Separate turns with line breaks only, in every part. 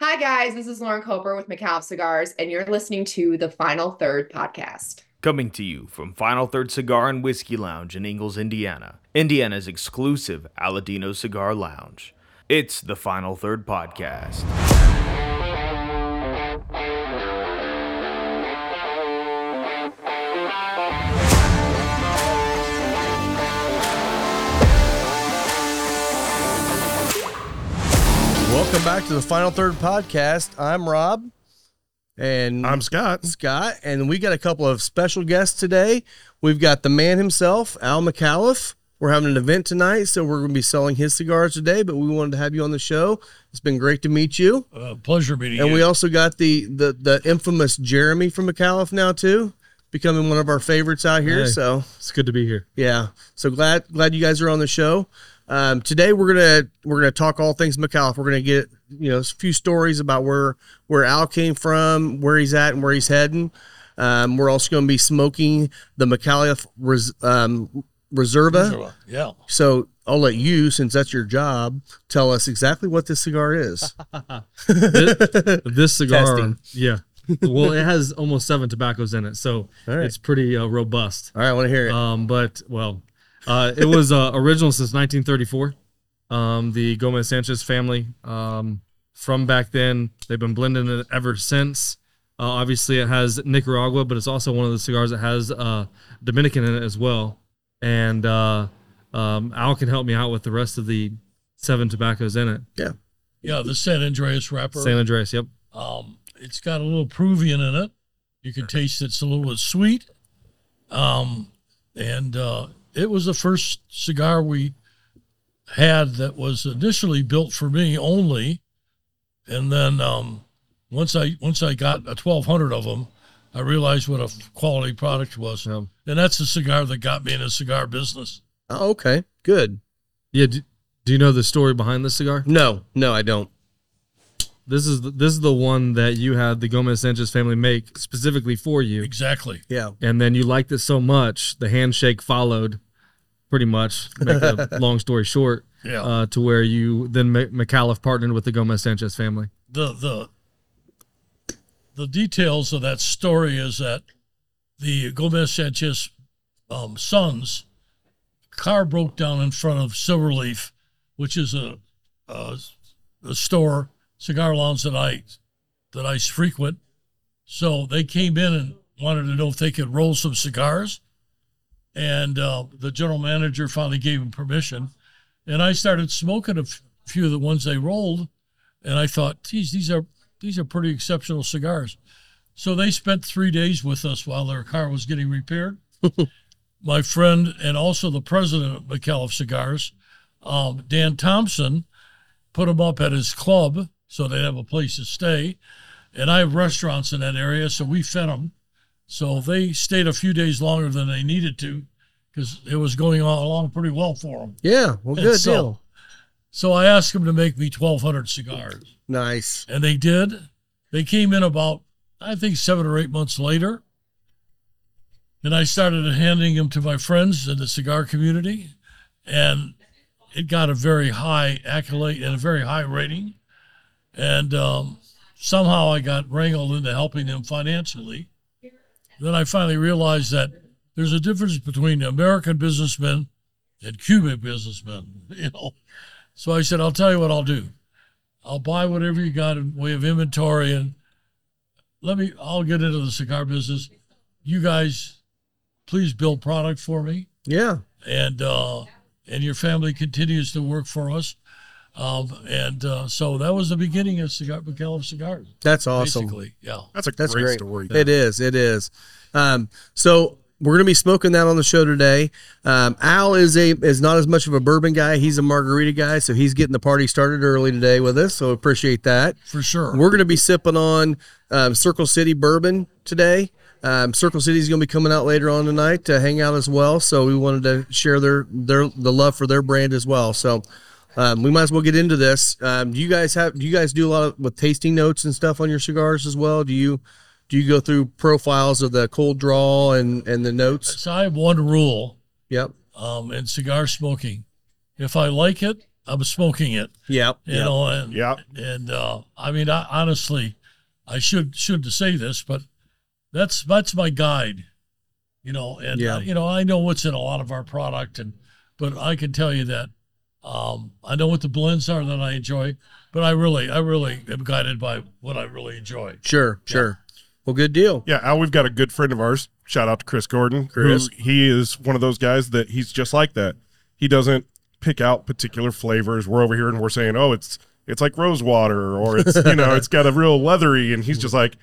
guys. This is Lauren Coper with McAlf Cigars, and you're listening to the Final Third podcast.
Coming to you from Final Third Cigar and Whiskey Lounge in Ingles, Indiana, Indiana's exclusive Aladino Cigar Lounge. It's the Final Third Podcast.
Welcome back to the Final Third Podcast. I'm Rob. And
I'm Scott.
Scott, and we got a couple of special guests today. We've got the man himself, Al McAuliffe. We're having an event tonight, so we're going to be selling his cigars today. But we wanted to have you on the show. It's been great to meet you,
Uh, pleasure meeting
and
you.
we also got the the the infamous Jeremy from McAuliffe now too, becoming one of our favorites out here.
Hey.
So
It's good to be here.
yeah, so glad glad you guys are on the show. Um, today we're gonna we're gonna talk all things McAuliffe. We're gonna get you know a few stories about where where Al came from, where he's at, and where he's heading. Um, we're also gonna be smoking the McAuliffe res, um, Reserva.
yeah.
So I'll let you, since that's your job, tell us exactly what this cigar is.
This, this cigar,
Testing.
yeah. Well, it has almost seven tobaccos in it, so
All right.
it's pretty uh, robust.
all right, I want to hear it.
Um, but well, uh, it was uh, original since 1934. Um, the Gomez Sanchez family um, from back then. They've been blending it ever since. Uh, obviously, it has Nicaragua, but it's also one of the cigars that has uh, Dominican in it as well. And uh, um, Al can help me out with the rest of the seven tobaccos in it.
Yeah, the San Andreas wrapper.
San Andreas, yep.
um, it's got a little Peruvian in it. You can taste it's a little bit sweet. Um, and uh, it was the first cigar we had that was initially built for me only. And then um, once I once I got a 1200 of them, I realized what a f- quality product was.
Yeah.
And that's the cigar that got me in the cigar business.
oh, okay, good.
Yeah. Do, do you know the story behind this cigar?
No, no, I don't.
This is the, this is the one that you had the Gomez Sanchez family make specifically for you,
Exactly.
Yeah,
and then you liked it so much, the handshake followed, pretty much. to Make a long story short,
Yeah.
uh, to where you then Ma- McAuliffe partnered with the Gomez Sanchez family.
the the the details of that story is that the Gomez Sanchez um, sons car broke down in front of Silverleaf, which is a, a a store cigar lounge that I that I frequent. So they came in and wanted to know if they could roll some cigars, and uh, the general manager finally gave them permission, and I started smoking a f- few of the ones they rolled, and I thought, geez, these are these are pretty exceptional cigars. So they spent three days with us while their car was getting repaired. My friend and also the president of McAuliffe Cigars, um, Dan Thompson, put them up at his club so they'd have a place to stay. And I have restaurants in that area, so we fed them. So they stayed a few days longer than they needed to because it was going on along pretty well for them.
yeah. Well,
And
good
so-
deal.
So I asked them to make me 1,200 cigars.
Nice.
And they did. They came in about, I think, seven or eight months later. And I started handing them to my friends in the cigar community. And it got a very high accolade and a very high rating. And um, somehow I got wrangled into helping them financially. Then I finally realized that there's a difference between American businessmen and Cuban businessmen, you know. So I said, I'll tell you what I'll do. I'll buy whatever you got in way of inventory and let me I'll get into the cigar business. You guys please build product for me
Yeah.
and uh and your family continues to work for us. Um and uh so that was the beginning of cigar McAuliffe cigars.
That's awesome.
Basically. Yeah.
That's a
That's
great,
great.
story.
It is. It is. Um, so we're going to be smoking that on the show today. Um, Al is a is not as much of a bourbon guy. He's a margarita guy, so he's getting the party started early today with us. So appreciate that.
For sure.
We're going to be sipping on um, Circle City bourbon today. Um, Circle City is going to be coming out later on tonight to hang out as well. So we wanted to share their their the love for their brand as well. So um, we might as well get into this. Um, do you guys have do you guys do a lot of, with tasting notes and stuff on your cigars as well? Do you do you go through profiles of the cold draw and and the notes?
so I have one rule.
Yep.
um, and cigar smoking. If I like it, I'm smoking it.
Yep.
You know, and
Yeah.
and uh, I mean, I, honestly, I should should say this, but that's that's my guide. You know, and
Yeah.
uh, you know, I know what's in a lot of our product, and but I can tell you that um, I know what the blends are that I enjoy, but I really, I really am guided by what I really enjoy.
Sure. Sure. Well, good deal.
Yeah, Al, we've got a good friend of ours. Shout out to Chris Gordon. who-
Chris.
he is one of those guys that he's just like that. He doesn't pick out particular flavors. We're over here and we're saying, oh, it's it's like rose water or it's you know it's got a real leathery, and he's just like,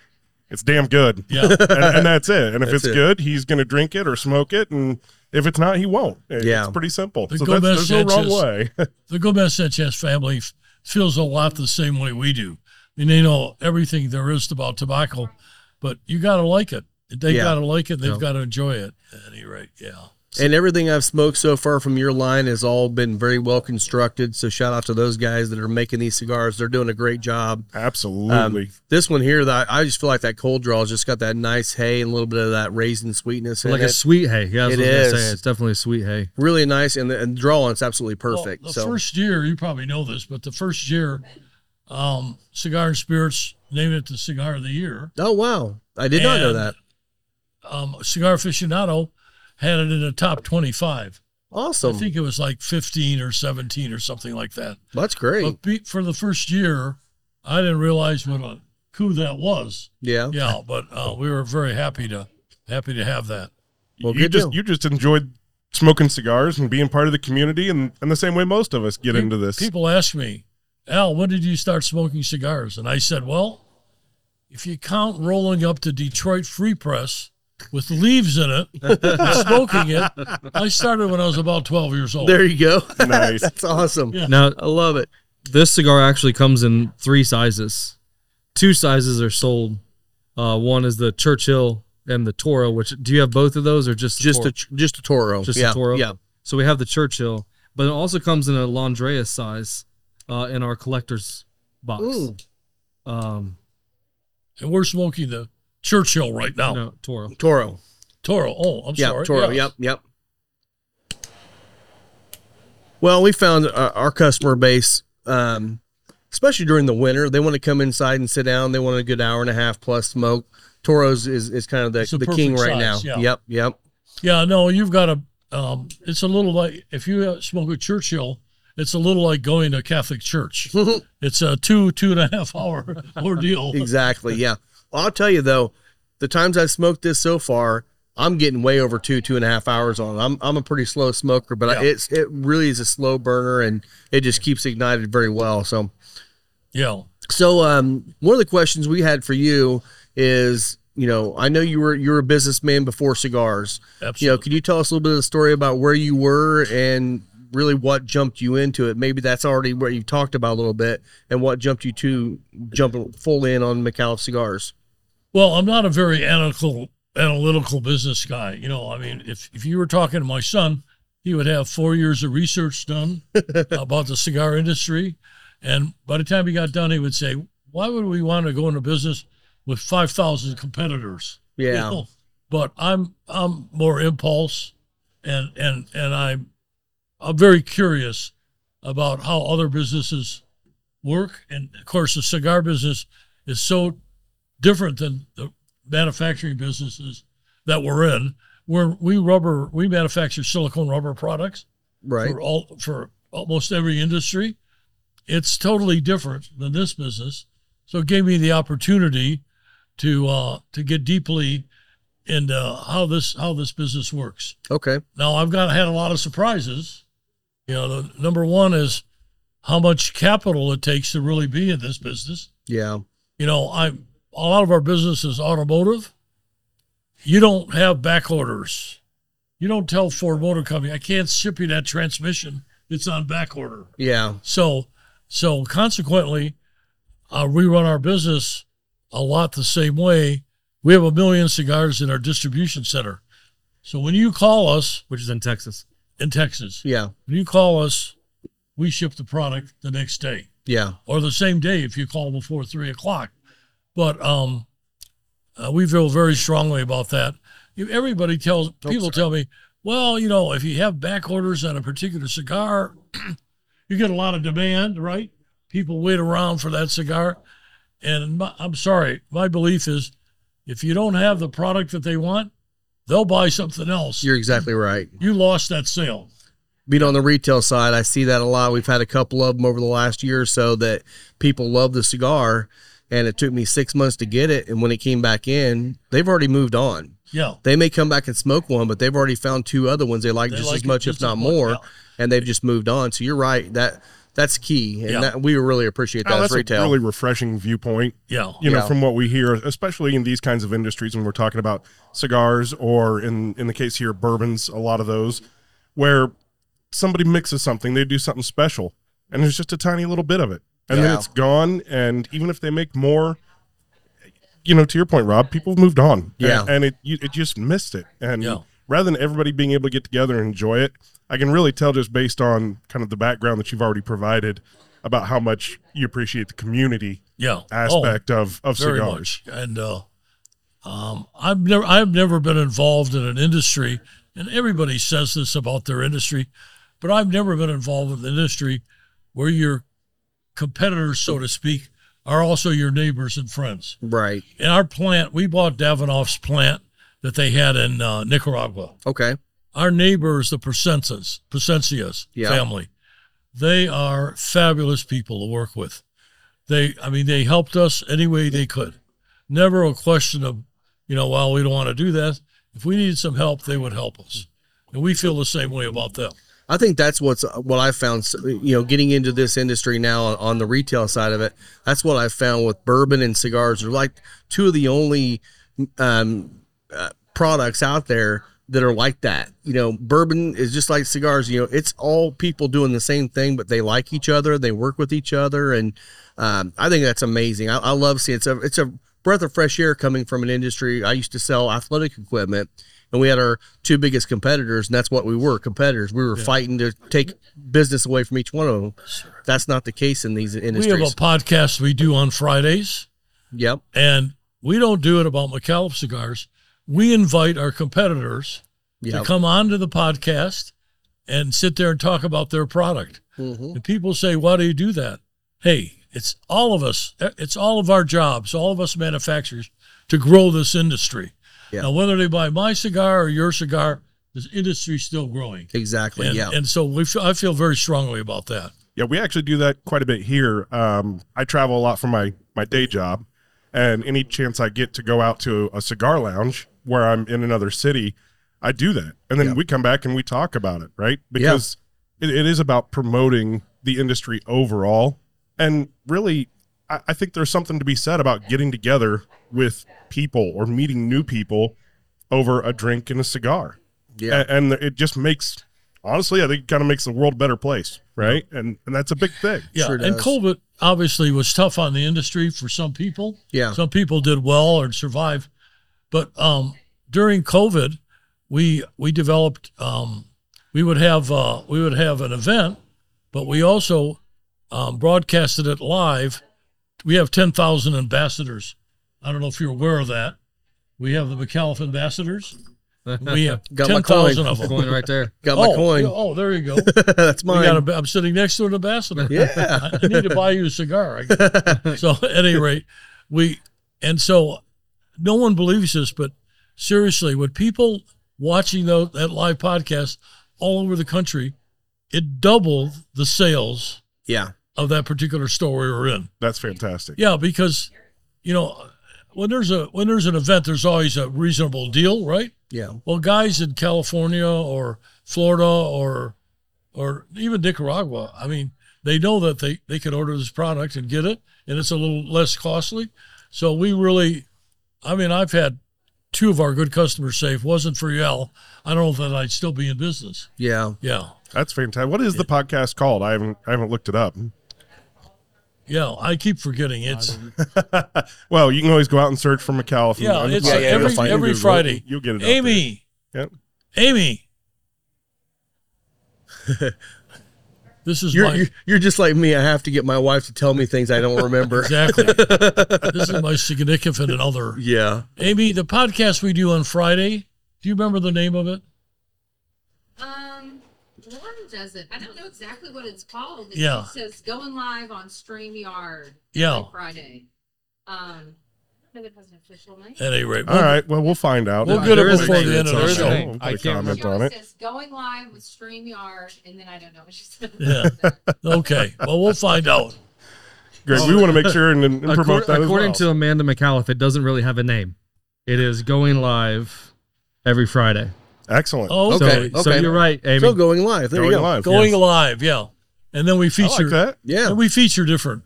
it's damn good,
Yeah,
and, and that's it. And if
That's
it's
it.
good, he's gonna drink it or smoke it, and if it's not, he won't. It-
Yeah.
it's pretty simple.
The
so that's,
Gomez
there's no wrong way.
Sanchez. the Gomez Sanchez family f- feels a lot the same way we do. I mean, they know everything there is about tobacco, but you got to like it. They
Yeah.
got to like it. They've
Yeah.
got to enjoy it. At any rate, yeah.
And everything I've smoked so far from your line has all been very well constructed. So shout out to those guys that are making these cigars. They're doing a great job.
Absolutely.
This one here, that I just feel like that cold draw has just got that nice hay and a little bit of that raisin sweetness in
like
it.
a sweet hay. Yeah, that's
It
what I was gonna
is.
say. It's definitely a sweet hay.
really nice, and the and drawing is absolutely
Well,
perfect.
the
so
first year, you probably know this, but the first year, um, Cigar and Spirits named it the Cigar of the Year.
oh wow, I did not know
And-
that.
Um, Cigar Aficionado had it in the top 25.
Awesome,
I think it was like 15 or 17 or something like that.
that's great.
But be, for the first year, I didn't realize what a coup that was.
yeah,
Yeah, but uh, we were very happy to happy to have that.
Well,
you
good
just
deal.
you just enjoyed smoking cigars and being part of the community and, and the same way most of us get into this.
People ask me, Al, when did you start smoking cigars? And I said, well, if you count rolling up to Detroit Free Press with leaves in it, and smoking it, I started when I was about 12 years
oh.
old.
there you go.
Nice.
that's awesome.
Yeah.
Now
I love it.
this cigar actually comes in three sizes. Two sizes are sold. Uh, one is the Churchill and the Toro. Which do you have both of those, or just the
Just
Toro?
a just a Toro.
just
yeah,
a Toro?
Yeah.
So we have the Churchill, but it also comes in a Landreas size uh, in our collector's box.
Ooh,
Um,
and we're smoking the Churchill right now.
no Toro.
Toro.
Toro. Oh, I'm
Yeah,
sorry.
Toro.
Yeah.
Yep, yep. Well, we found uh, our customer base, um, especially during the winter, they want to come inside and sit down. They want a good hour and a half plus smoke. Toros is, is kind of
It's the
the, the king
perfect
right
size,
now.
yeah.
Yep, yep.
Yeah, no, you've got to. Um, it's a little like if you uh, smoke a Churchill, it's a little like going to a Catholic church. it's a two two and a half hour ordeal.
Exactly. Yeah. Well, I'll tell you though, the times I've smoked this so far, I'm getting way over two, two and a half hours on it. I'm, I'm a pretty slow smoker, but I,
Yeah.
it's it really is a slow burner and it just keeps ignited very well. So
Yeah,
So um, one of the questions we had for you is, you know, I know you were you were a businessman before cigars. You know,
absolutely.
can you tell us a little bit of the story about where you were and really what jumped you into it? Maybe that's already what you talked about a little bit, and what jumped you to jumping full in on McAuliffe cigars.
Well, I'm not a very analytical analytical business guy. You know, I mean, if if you were talking to my son, he would have four years of research done about the cigar industry, and by the time he got done, he would say, "Why would we want to go into business with five thousand competitors?" you
Yeah.
know. but I'm I'm more impulse, and and and I'm I'm very curious about how other businesses work, and of course the cigar business is so different than the manufacturing businesses that we're in, where we rubber we manufacture silicone rubber products
Right.
for all for almost every industry. It's totally different than this business, so it gave me the opportunity to uh, to get deeply into how this how this business works.
Okay.
Now I've got had a lot of surprises. You know, the, number one is how much capital it takes to really be in this business.
Yeah.
You know, I a lot of our business is automotive. You don't have back orders. You don't tell Ford Motor Company, I can't ship you that transmission. It's on back order.
Yeah.
So, so consequently, uh, we run our business a lot the same way. We have a million cigars in our distribution center. So when you call us
which is in Texas.
in Texas,
Yeah.
when you call us, we ship the product the next day
Yeah.
or the same day if you call before three o'clock. But um, uh, we feel very strongly about that. You, everybody tells people tell me, well, you know, if you have back orders on a particular cigar, you get a lot of demand, right? People wait around for that cigar. And my, I'm sorry, my belief is if you don't have the product that they want, they'll buy something else.
You're exactly right.
you lost that sale.
Beat on the retail side, I see that a lot. We've had a couple of them over the last year or so that people love the cigar, and it took me six months to get it. And when it came back in, they've already moved on.
Yeah.
They may come back and smoke one, but they've already found two other ones they like
They
just
like
as
it
much,
just
if not
as much,
more,
yeah.
and they've just moved on. So you're right that that's key, and
Yeah.
that, we really appreciate that
Oh,
as
that's
retail.
a really refreshing viewpoint.
Yeah.
you know,
Yeah.
from what we hear, especially in these kinds of industries, when we're talking about cigars or in in the case here, bourbons, a lot of those, where somebody mixes something, they do something special, and there's just a tiny little bit of it, and
Yeah.
then it's gone. And even if they make more, you know, to your point, Rob, people have moved on,
Yeah.
and, and it you, it just missed it, and
Yeah.
rather than everybody being able to get together and enjoy it, I can really tell just based on kind of the background that you've already provided about how much you appreciate the community
Yeah. Oh,
aspect of of
very
cigars.
much. And uh, um, I've never I've never been involved in an industry, and everybody says this about their industry, but I've never been involved with an industry where your competitors, so to speak, are also your neighbors and friends.
right.
In our plant, we bought Davinoff's plant that they had in uh, Nicaragua.
Okay.
our neighbors, the Presences, Presencias
Yeah.
family, they are fabulous people to work with. They, I mean, they helped us any way they could. Never a question of, you know, well, we don't want to do that. If we needed some help, they would help us. And we feel the same way about them.
I think that's what's what I found. You know, getting into this industry now on, on the retail side of it, that's what I found with bourbon and cigars. They're like two of the only um, uh, products out there that are like that. You know, bourbon is just like cigars. You know, it's all people doing the same thing, but they like each other. They work with each other, and um, I think that's amazing. I, I love seeing it's a it's a breath of fresh air coming from an industry. I used to sell athletic equipment, and we had our two biggest competitors, and that's what we were competitors. We were fighting to take business away from each one of them. That's not the case in these
We have a
industries.
podcast we do on Fridays,
yep.
and we don't do it about McAuliffe cigars. We invite our competitors
Yep.
to come onto the podcast and sit there and talk about their product.
Mhm.
And people say, why do you do that? Hey, it's all of us. eh, It's all of our jobs, all of us manufacturers to grow this industry.
Yeah.
Now, whether they buy my cigar or your cigar, this industry's still growing.
Exactly.
And,
yeah.
and so we feel, I feel very strongly about that.
Yeah, we actually do that quite a bit here. Um, I travel a lot for my my day job, and any chance I get to go out to a cigar lounge where I'm in another city, I do that, and then
Yeah.
we come back and we talk about it, right? Because it, it is about promoting the industry overall, and really, I, I think there's something to be said about getting together with people or meeting new people over a drink and a cigar.
Yeah.
A- and, it just makes honestly i think it kind of makes the world a better place right and and that's a big thing
Yeah.
Sure
and
does.
COVID obviously was tough on the industry for some people.
Yeah.
Some people did well or survived. But um, during COVID, we we developed um, we would have uh, we would have an event, but we also um, broadcasted it live. We have ten thousand ambassadors. I don't know if you're aware of that. We have the McAuliffe ambassadors. We have
Got my coin.
ten thousand of them.
Going right there.
Got
oh,
my coin.
oh, there you go.
that's
We
mine.
got a, I'm sitting next to an ambassador.
yeah.
I I need to buy you a cigar. I guess. so at any rate, we and so no one believes this, but seriously, with people watching those, that live podcast all over the country, it doubled the sales
Yeah.
of that particular store we were in.
that's fantastic
Yeah, because you know when there's a when there's an event, there's always a reasonable deal, right?
Yeah.
Well, guys in California or Florida or or even Nicaragua, I mean, they know that they, they can order this product and get it, and it's a little less costly. So we really, I mean, I've had two of our good customers say, if it wasn't for y'all, I don't know that I'd still be in business.
Yeah.
Yeah.
that's fantastic what is the podcast called i haven't i haven't looked it up
Yeah. I keep forgetting. It's,
well you can always go out and search for mccallum
yeah, it's
Yeah, yeah,
every,
you'll find it.
every Friday.
you'll get it out
Amy,
there. Yep.
Amy. this is
You're,
my.
you're you're just like me. I have to get my wife to tell me things I don't remember.
Exactly. this is my significant other.
yeah.
Amy, the podcast we do on Friday, do you remember the name of it?
Um, what is does it. I don't know exactly what it's called. It
Yeah. Oh.
says going live on StreamYard
Yeah.
on Friday. Um, I don't know if it has an official name.
At any rate,
All right. Well, we'll find out.
We'll get it
There is a
before
thing
the end
that's
of the
on there.
show.
We'll put
I
a
can't
comment
She
on
always
it.
says going live with StreamYard, and then I don't know what she said.
Yeah. Okay. Well, we'll find out.
Great. We want to make sure and, and promote
Accor-
that. as
according
well.
to Amanda McAuliffe, it doesn't really have a name. It is going live every Friday.
Excellent.
Oh,
So,
okay.
Okay.
so you're right, Amy.
So going live. There
Going
you go.
live.
Going
yes.
live, yeah. And then we
I like
feature
that.
Yeah.
and we feature different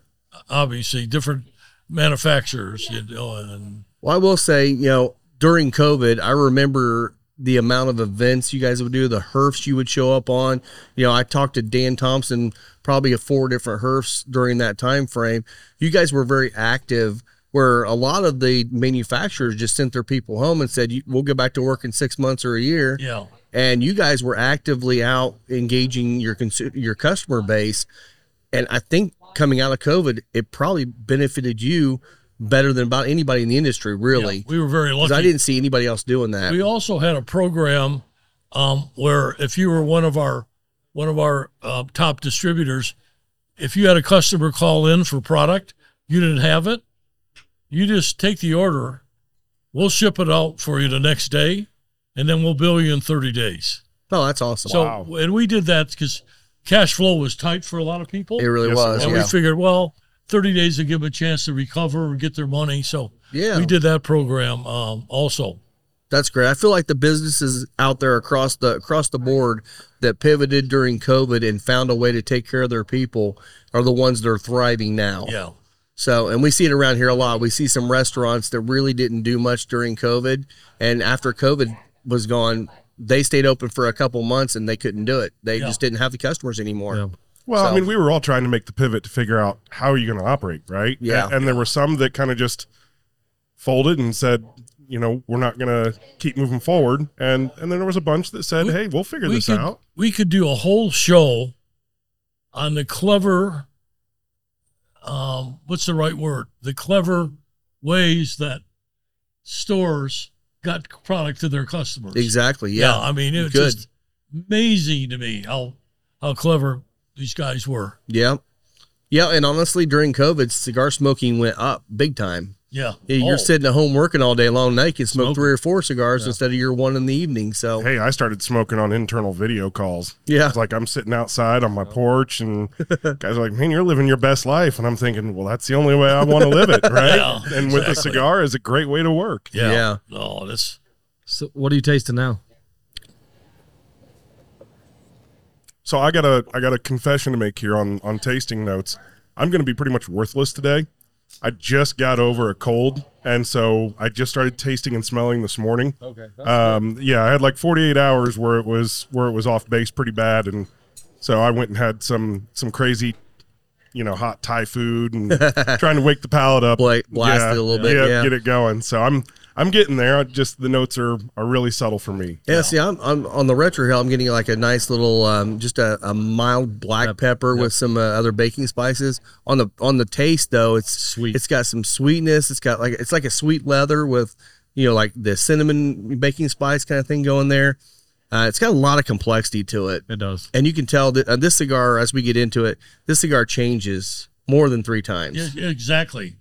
obviously different manufacturers, you know, and
Well, I will say, you know, during COVID, I remember the amount of events you guys would do, the herfs you would show up on. You know, I talked to Dan Thompson probably at four different herfs during that time frame. You guys were very active where a lot of the manufacturers just sent their people home and said, "You- we'll go back to work in six months or a year
yeah.
and you guys were actively out engaging your consu- your customer base and i think coming out of covid it probably benefited you better than about anybody in the industry really
We were very
'Cause
lucky.
i didn't see anybody else doing that
we also had a program um, where if you were one of our one of our uh, top distributors, if you had a customer call in for product, you didn't have it, you just take the order, we'll ship it out for you the next day, and then we'll bill you in thirty days.
oh that's awesome
So
Wow.
and we did that because cash flow was tight for a lot of people,
it really
Yes, it
was
and we
yeah.
figured well. 30 days to give them a chance to recover or get their money. So
Yeah.
we did that program um, also.
That's great. I feel like the businesses out there across the across the board that pivoted during COVID and found a way to take care of their people are the ones that are thriving now.
Yeah.
So, and we see it around here a lot. We see some restaurants that really didn't do much during COVID, and after COVID was gone, they stayed open for a couple months and they couldn't do it. They
Yeah.
just didn't have the customers anymore.
Yeah.
Well, I
So-
mean, we were all trying to make the pivot to figure out how are you going to operate, right?
Yeah.
And, and there were some that kind of just folded and said, you know, we're not going to keep moving forward. And and then there was a bunch that said,
We-
hey, we'll figure this
could,
out.
We could do a whole show on the clever, um, what's the right word? The clever ways that stores got product to their customers.
Exactly.
Yeah,
Yeah.
I mean,
You
it's
could.
just amazing to me how how clever these guys were.
Yeah. Yeah. And honestly, during COVID, cigar smoking went up big time.
Yeah,
Yeah, You're
Oh,
sitting at home working all day long. Now you can smoke
Smoking.
three or four cigars instead of your one in the evening. So
Hey, I started smoking on internal video calls.
Yeah.
It's like I'm sitting outside
Oh.
on my porch and guys are like, man, you're living your best life. And I'm thinking, well, that's the only way I want to live it, right?
Yeah,
and with a
exactly.
cigar is a great way to work.
Yeah.
Yeah.
Oh, that's
So what are you tasting now?
So I got a I got a confession to make here on on tasting notes. I'm going to be pretty much worthless today. I just got over a cold, and so I just started tasting and smelling this morning. Okay. Um, yeah, I had like 48 hours where it was where it was off base pretty bad, and so I went and had some some crazy, you know, hot Thai food and trying to wake the palate up,
Bla- blast it a little bit, yeah.
get it going. So I'm I'm getting there. I just the notes are are really subtle for me.
Yeah, see, I'm, I'm on the retro hill. I'm getting like a nice little, um, just a, a mild black pepper with some uh, other baking spices. On the on the taste though, it's
Sweet.
It's got some sweetness. It's got like it's like a sweet leather with, you know, like the cinnamon baking spice kind of thing going there. Uh, it's got a lot of complexity to it,
It does.
and you can tell that uh, this cigar, as we get into it, this cigar changes more than three times.
yeah, exactly.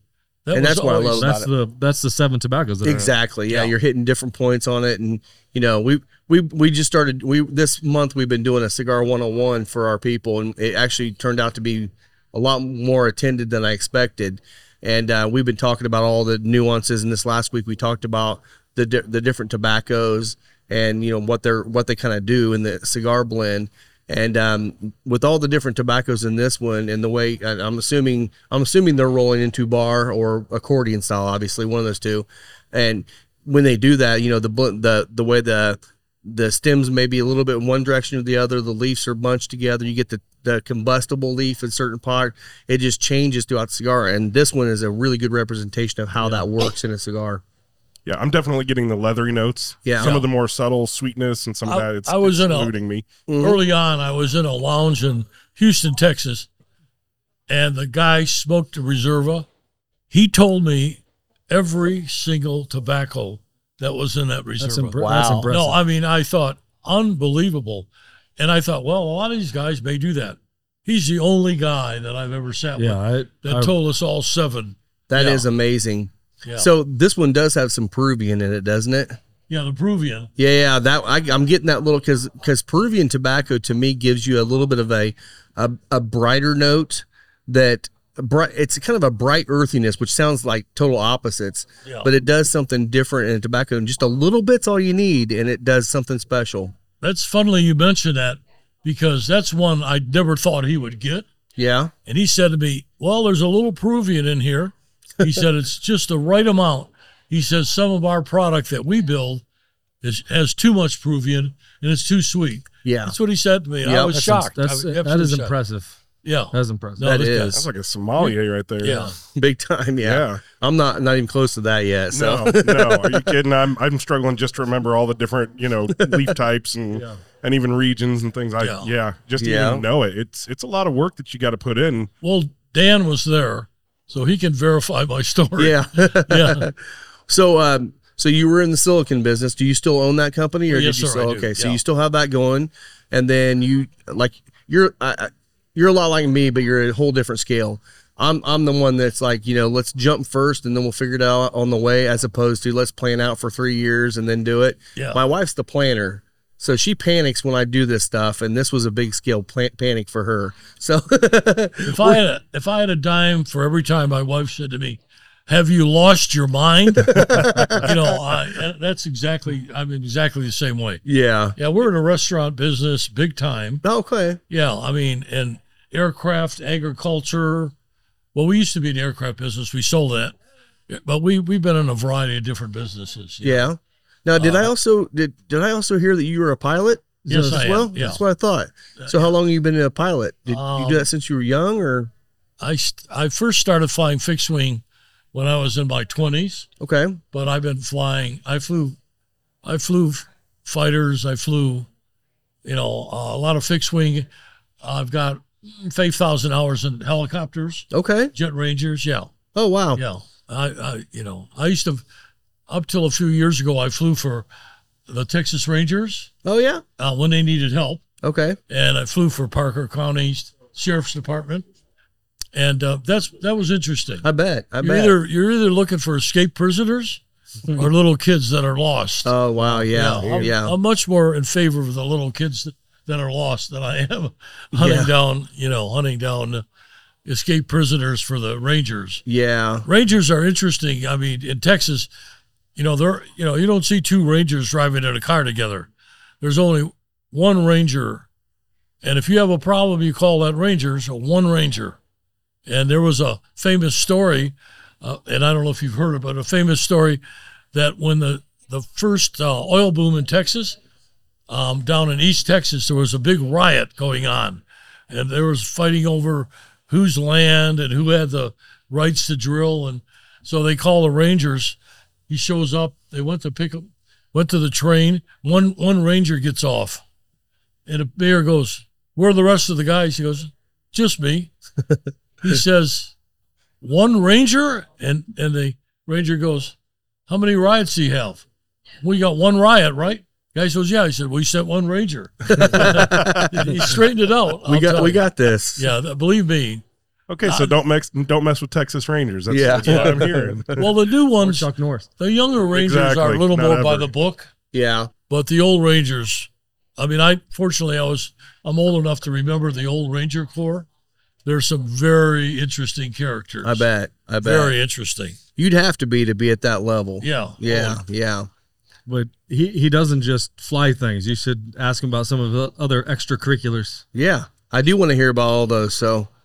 That
And
was
that's what I
always-
love.
That's
about
the that's the seven tobaccos. That are in it.
Exactly. Yeah,
Yeah.
you're hitting different points on it, and you know we we we just started we this month we've been doing a cigar 101 for our people, and it actually turned out to be a lot more attended than I expected. And uh, we've been talking about all the nuances, and this last week we talked about the di- the different tobaccos and you know what they're what they kind of do in the cigar blend. And um, with all the different tobaccos in this one, and the way and I'm assuming I'm assuming they're rolling into bar or accordion style, obviously one of those two. And when they do that, you know the bl- the the way the the stems may be a little bit in one direction or the other. The leaves are bunched together. You get the, the combustible leaf in certain part. It just changes throughout the cigar. And this one is a really good representation of how that works in a cigar.
Yeah, I'm definitely getting the leathery notes.
Yeah.
Some of the more subtle sweetness and some of
I-
that it's,
I was
it's
in a-
eluding me.
Mm-hmm.
early on i was in a lounge in houston texas and the guy smoked a reserva he told me every single tobacco that was in that reserva
That's, impre-
Wow.
that's impressive.
no i mean i thought unbelievable And I thought, well, a lot of these guys may do that. He's the only guy that I've ever sat
Yeah,
with
I,
that
I-
told us all seven.
That is
Yeah.
amazing.
Yeah.
So this one does have some Peruvian in it, doesn't it?
yeah, the Peruvian.
Yeah, yeah. That I, I'm getting that little because because Peruvian tobacco to me gives you a little bit of a a, a brighter note that bright. It's kind of a bright earthiness, which sounds like total opposites,
Yeah.
but it does something different in tobacco, and just a little bit's all you need, and it does something special.
That's funnily you mentioned that because that's one I never thought he would get.
Yeah,
And he said to me, Well, there's a little Peruvian in here. He said, It's just the right amount. He says, Some of our product that we build is, has too much Peruvian and it's too sweet.
yeah.
That's what he said to me. and
Yeah,
I was
that's
shocked. I
That's,
was
that
absolutely
is
shocked.
impressive.
Yeah.
That is impressive.
No,
That
this guy-
is.
That's like a sommelier right there.
Yeah.
Big time. Yeah.
Yeah.
I'm not not even close to that yet. So
No, no. Are you kidding? I'm I'm struggling just to remember all the different, you know, leaf types and
Yeah.
and even regions and things. I
Yeah.
yeah, just to
Yeah.
even know it. It's it's a lot of work that you got to put in.
Well, Dan was there, so he can verify my story.
yeah.
Yeah.
So, um, so you were in the silicon business. Do you still own that company, or
Yes,
did you
sir,
still?
I do.
Okay, so
Yeah.
you still have that going, and then you like you're I, I- you're a lot like me, but you're at a whole different scale. I'm I'm the one that's like you know let's jump first, and then we'll figure it out on the way, as opposed to let's plan out for three years and then do it.
Yeah.
My wife's the planner. So she panics when I do this stuff, and this was a big scale plan- panic for her. So,
If I had a, if I had a dime for every time my wife said to me, "Have you lost your mind?" you know, I, that's exactly I'm exactly the same way.
yeah.
Yeah, we're in a restaurant business, big time.
Okay.
Yeah, I mean, and aircraft, agriculture. Well, we used to be in the aircraft business. We sold that, but we we've been in a variety of different businesses.
Yeah. Now, did I also did did I also hear that you were a pilot?
Uh, Yes,
as
I am,
well.
yeah. Uh, Um,
That's what I thought. So, how long have you been a pilot? Did you do that since you were young, or
I st- I first started flying fixed wing when I was in my twenties.
okay?
but I've been flying. I flew, I flew f- fighters. I flew, you know, uh, a lot of fixed wing. I've got five thousand hours in helicopters,
Okay.
jet rangers. Yeah,
Oh wow.
yeah. I, I, you know, I used to, up till a few years ago, I flew for the Texas Rangers
Oh yeah.
uh, when they needed help,
Okay.
and I flew for Parker County Sheriff's Department, and uh, that's that was interesting.
I bet. I
You're
bet.
either you're either looking for escaped prisoners or little kids that are lost.
oh wow. Yeah. Yeah.
I'm, I'm much more in favor of the little kids that, that are lost than I am hunting
Yeah.
down, you know, hunting down uh, escaped prisoners for the Rangers.
yeah.
Rangers are interesting. I mean, in Texas, you know, they're you know, you don't see two Rangers driving in a car together. There's only one Ranger, and if you have a problem, you call that Rangers or one Ranger. And there was a famous story, uh, and I don't know if you've heard it, but a famous story that when the the first uh, oil boom in Texas, um, down in East Texas, there was a big riot going on, and there was fighting over whose land and who had the rights to drill, and so they call the Rangers. He shows up. They went to pick up, went to the train. One one Ranger gets off, and the mayor goes, "Where are the rest of the guys?" He goes, "Just me." he says, "One Ranger," and and the Ranger goes, "How many riots do you have?" We got one riot, right? Guy says, "Yeah." He said, "We sent one Ranger." he straightened it out.
We
I'll
got.
tell
We
you.
got this.
Yeah, th- believe me.
Okay, so don't mess don't mess with Texas Rangers. That's,
Yeah.
that's what I'm hearing.
Well, the new
Or
ones,
Chuck Norris.
the younger Rangers are
Exactly,
a little
not
more by
ever.
the book.
Yeah.
But the old Rangers, I mean, I fortunately I was I'm old enough to remember the old Ranger Corps. There's some very interesting characters.
I bet. I bet.
Very interesting.
You'd have to be to be at that level.
Yeah.
Yeah. Yeah.
But he, he doesn't just fly things. You should ask him about some of the other extracurriculars.
Yeah. I do want to hear about all those. So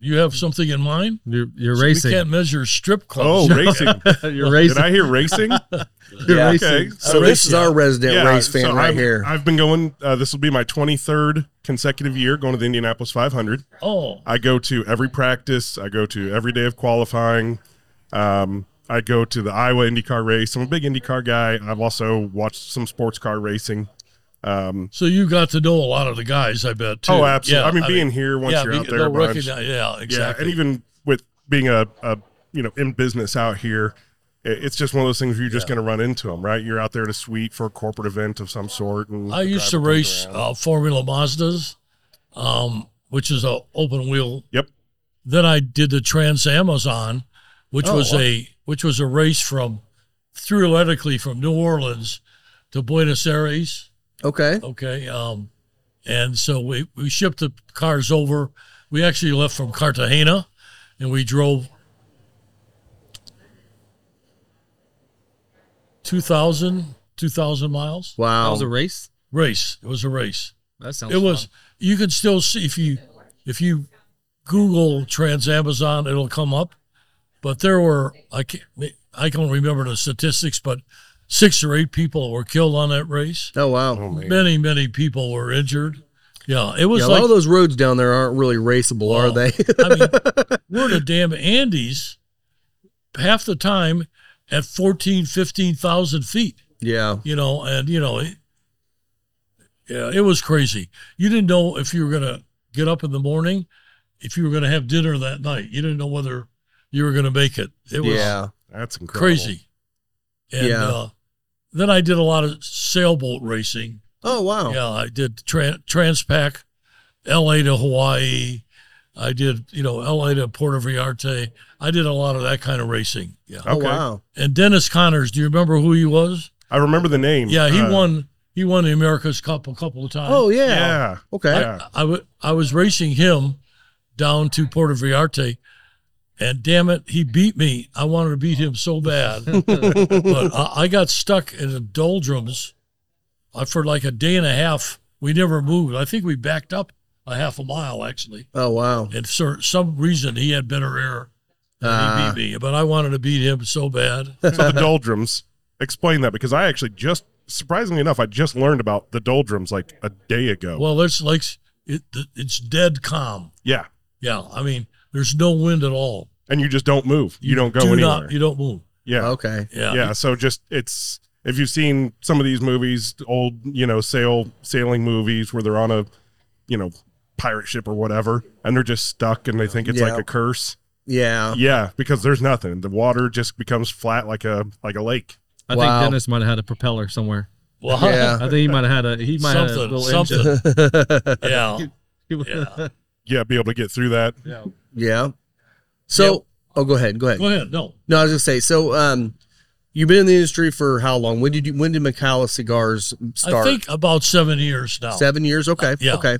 You have something in mind?
You're, you're
We
racing.
can't measure strip
Oh,
clubs.
racing.
You're
Did
racing.
I hear racing?
You're
Yeah.
racing.
Okay.
so this is our resident race fan
so
right
I'm-
here.
I've been going uh, this will be my 23rd consecutive year going to the Indianapolis 500.
Oh,
I go to every practice. I go to every day of qualifying. Um, I go to the Iowa IndyCar race. I'm a big IndyCar guy. I've also watched some sports car racing. Um,
so you got to know a lot of the guys, I bet. Too.
oh, absolutely. I mean, being here once
yeah,
you're
be-
out there,
they'll
a bunch.
recognize- yeah,
yeah,
exactly.
and even with being a, a you know in business out here, it- it's just one of those things where you're just going to run into them, right? You're out there at a suite for a corporate event of some sort, and
I
the
used to
driver comes
race
around.
uh, Formula Mazdas, um, which is a open wheel.
Yep.
Then I did the Trans Amazon, which
Oh,
was
wow.
a which was a race from theoretically from New Orleans to Buenos Aires.
Okay.
Okay. Um, and so we, we shipped the cars over. We actually left from Cartagena and we drove 2,000, 2,000 miles.
That
Wow.
was a race.
Race. It was a race.
That sounds.
It was,
fun.
you can still see if you, if you Google Trans Amazon, it'll come up. But there were, I can't, I can't remember the statistics, but six or eight people were killed on that race
Oh wow.
Oh, man.
many many people were injured yeah it was
Yeah, a
like
lot of those roads down there aren't really raceable, are
Oh.
they?
i mean we're in the damn andes half the time at 14 15,000 feet
yeah.
you know and you know it, yeah it was crazy you didn't know if you were going to get up in the morning if you were going to have dinner that night you didn't know whether you were going to make it it was
yeah.
That's incredible.
crazy and
Yeah.
uh, then i did a lot of sailboat racing
Oh wow.
Yeah, I did tra- Transpac, L.A. to Hawaii. I did, you know, L.A. to Puerto Vallarta. I did a lot of that kind of racing. Yeah.
Oh
Okay.
wow.
And Dennis Connors, do you remember who he was?
I remember the name.
Yeah, he
Uh,
won. He won the America's Cup a couple of times.
Oh yeah.
Yeah.
Okay.
Yeah.
I wa- I was racing him down to Puerto Vallarta, and damn it, he beat me. I wanted to beat him so bad, but I, I got stuck in the doldrums uh, for like a day and a half. We never moved. I think we backed up a half a mile actually,
Oh wow.
and for some reason he had better air. than
Ah.
he beat me, but I wanted to beat him so bad.
So the doldrums. Explain that because I actually just surprisingly enough, I just learned about the doldrums like a day ago.
well, it's like it, it's dead calm.
yeah.
Yeah, I mean, there's no wind at all.
And you just don't move. You, don't go
Do
anywhere.
not. You don't move.
yeah.
Okay.
Yeah.
yeah so just it's if you've seen some of these movies old you know sail sailing movies where they're on a you know pirate ship or whatever and they're just stuck and they think it's
Yeah.
like a curse
Yeah.
yeah because there's nothing the water just becomes flat like a like a lake
I
Wow.
think Dennis might have had a propeller somewhere.
Well,
I
Yeah.
think he might have had a. He might have had a
something,
little
something. yeah.
engine.
Yeah.
yeah be able to get through that
Yeah. So oh go ahead. Go ahead.
Go ahead. No.
No, I was gonna say, so um you've been in the industry for how long? When did you when did McAllis cigars start?
I think about seven years now.
Seven years. Okay.
yeah.
Okay.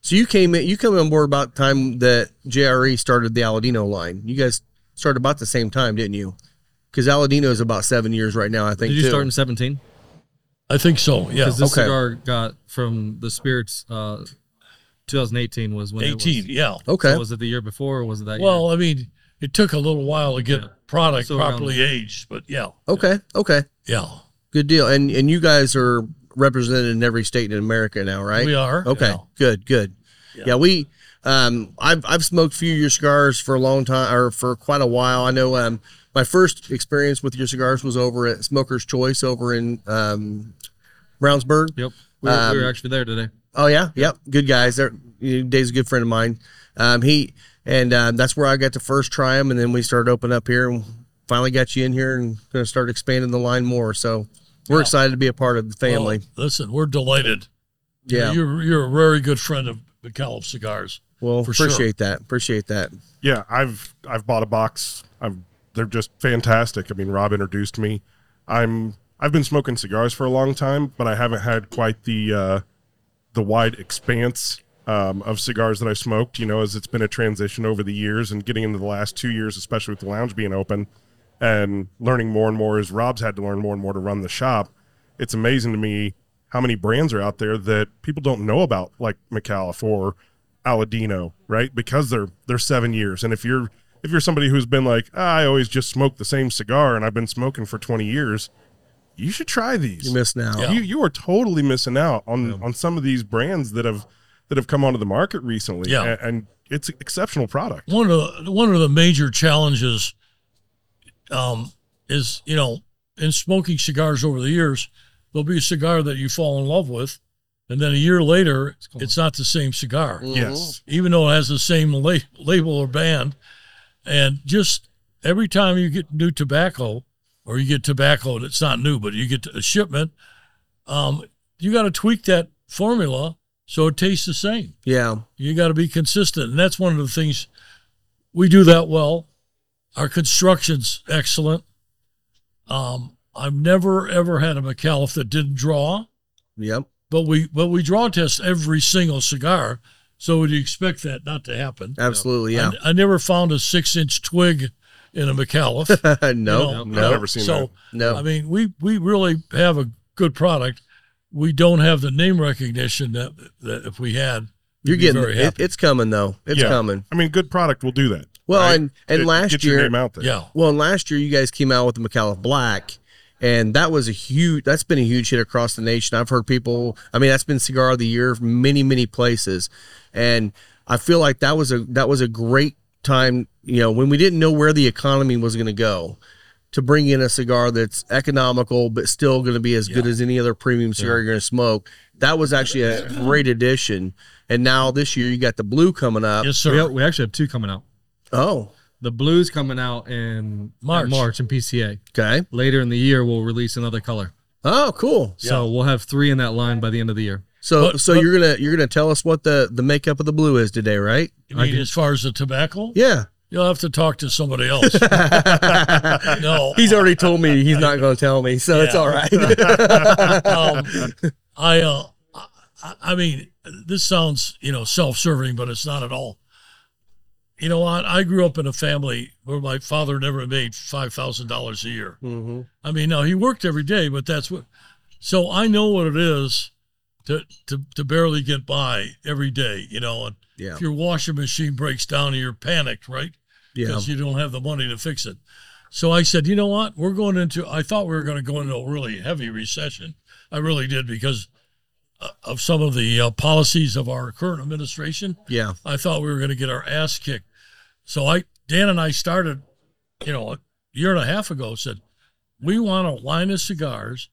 So you came in, you come on board about the time that JRE started the Aladino line. You guys started about the same time, didn't you? Because Aladino is about seven years right now, I think.
Did you
too.
start in seventeen?
I think so. Yeah.
Because this
Okay.
cigar got from the spirits. Uh, 2018 was when It
Eighteen.
was. Oh,
Yeah.
Okay.
So was it the year before or was it that year?
Well, I mean, it took a little while to get product
So um, around-
properly aged, but yeah,
okay. Okay.
yeah,
Good deal. And and you guys are represented in every state in America now, right?
we are.
Okay.
yeah.
Good. Good.
Yeah.
Yeah. we. Um, I've I've smoked few of your cigars for a long time or for quite a while. I know. Um, my first experience with your cigars was over at Smoker's Choice over in um, Brownsburg.
Yep. We were, we were
Um,
actually there today.
Oh yeah, yep. Good guys. They're, you know, Dave's a good friend of mine. Um, he and um, that's where I got to first try them, and then we started opening up here, and finally got you in here, and going to start expanding the line more. So we're excited to be a part of the family.
Well, listen, we're delighted. You know,
yeah.
You're you're a very good friend of McAuliffe Cigars.
well,
for sure.
appreciate that. Appreciate that.
yeah i've i've bought a box i've they're just fantastic i mean rob introduced me i'm i've been smoking cigars for a long time but i haven't had quite the uh the wide expanse um, of cigars that i've smoked you know as it's been a transition over the years and getting into the last two years especially with the lounge being open and learning more and more as rob's had to learn more and more to run the shop it's amazing to me how many brands are out there that people don't know about, like McAuliffe or Aladino, right? Because they're they're seven years, and if you're if you're somebody who's been like, "Ah, I always just smoke the same cigar, and I've been smoking for twenty years, you should try these.
You missed now.
Yeah.
You you are totally missing out on on some of these brands that have that have come onto the market recently,
Yeah.
a- and, it's exceptional product.
One of the, one of the major challenges, um, is you know, in smoking cigars over the years, there'll be a cigar that you fall in love with, and then a year later,
gone.
it's not the same cigar.
Yes,
even though it has the same la- label or band. And just every time you get new tobacco, or you get tobacco that's not new, but you get a shipment, um, you got to tweak that formula so it tastes the same.
Yeah.
You got to be consistent. And that's one of the things we do that well. Our construction's excellent. Um, I've never ever had a McAuliffe that didn't draw,
Yep.
but we but we draw test every single cigar. So would you expect that not to happen?
Absolutely. Yeah.
I, I never found a six inch twig in a McAuliffe.
no.
No,
I've
No.
never seen
so
that.
No.
I mean, we we really have a good product. We don't have the name recognition that, that if we had,
You're
be
getting
very
it,
happy.
it's coming though. It's
Yeah.
coming.
I mean, good product will do that.
Well,
right?
and and
Get-
last
get
year,
your name out there.
yeah,
Well, and last year you guys came out with the McAuliffe Black, and that was a huge. That's been a huge hit across the nation. I've heard people. I mean, that's been cigar of the year from many, many places, and I feel like that was a that was a great time. You know, when we didn't know where the economy was going to go, to bring in a cigar that's economical but still going to be as good as any other premium cigar you're going to smoke. That was actually a great addition. And now this year you got the blue coming up.
yes, sir.
We, we actually have two coming out.
Oh,
The blue's coming out in
March.
in March in PCA.
okay.
Later in the year, we'll release another color.
Oh, cool.
So we'll have three in that line by the end of the year.
So
But-
so
but-
you're gonna you're gonna tell us what the the makeup of the blue is today, right?
You
I
mean
can-
as far as the tobacco?
Yeah.
You'll have to talk to somebody else. no,
He's already told me he's not gonna tell me, so it's
Yeah.
all right.
um, I, uh, I, I mean, this sounds you know self-serving, but it's not at all. You know what? I grew up in a family where my father never made five thousand dollars a year.
Mhm.
I mean, now he worked every day, but that's what. So I know what it is to to to barely get by every day. You know, and
Yeah.
if your washing machine breaks down, and you're panicked, right?
Yeah.
because you don't have the money to fix it. So I said, you know what? We're going into. I thought we were going to go into a really heavy recession. I really did because uh, of some of the uh, policies of our current administration.
Yeah.
I thought we were going to get our ass kicked. So I, Dan and I started, you know, a year and a half ago. Said we want a line of cigars.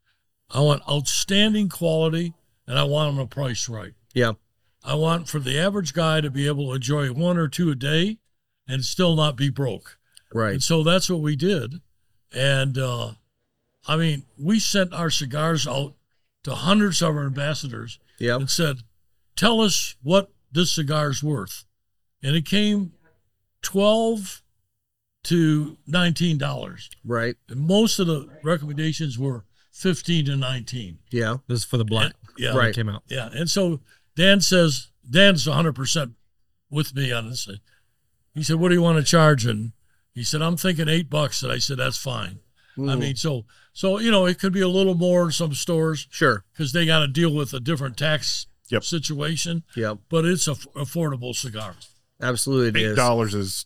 I want outstanding quality, and I want them to price right.
Yeah.
I want for the average guy to be able to enjoy one or two a day, and still not be broke.
Right.
And so that's what we did. And uh, I mean, we sent our cigars out to hundreds of our ambassadors
Yeah.
and said, tell us what this cigar's worth. And it came 12 to $19.
Right.
And most of the recommendations were 15 to 19.
Yeah.
This is for the black.
Yeah.
that
Right.
Came out.
Yeah, and so Dan says Dan's 100% with me on this. He said, "What do you want to charge?" And he said, "I'm thinking eight bucks." And I said, "That's fine." I mean, so so you know, it could be a little more in some stores
Sure.
because they got to deal with a different tax
Yep.
situation.
Yep.
But it's a f- affordable cigar.
Absolutely it
Eight
is.
dollars is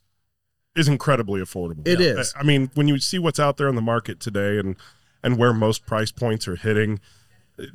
is incredibly affordable.
It
It is.
is.
I, I mean, when you see what's out there on the market today and and where most price points are hitting,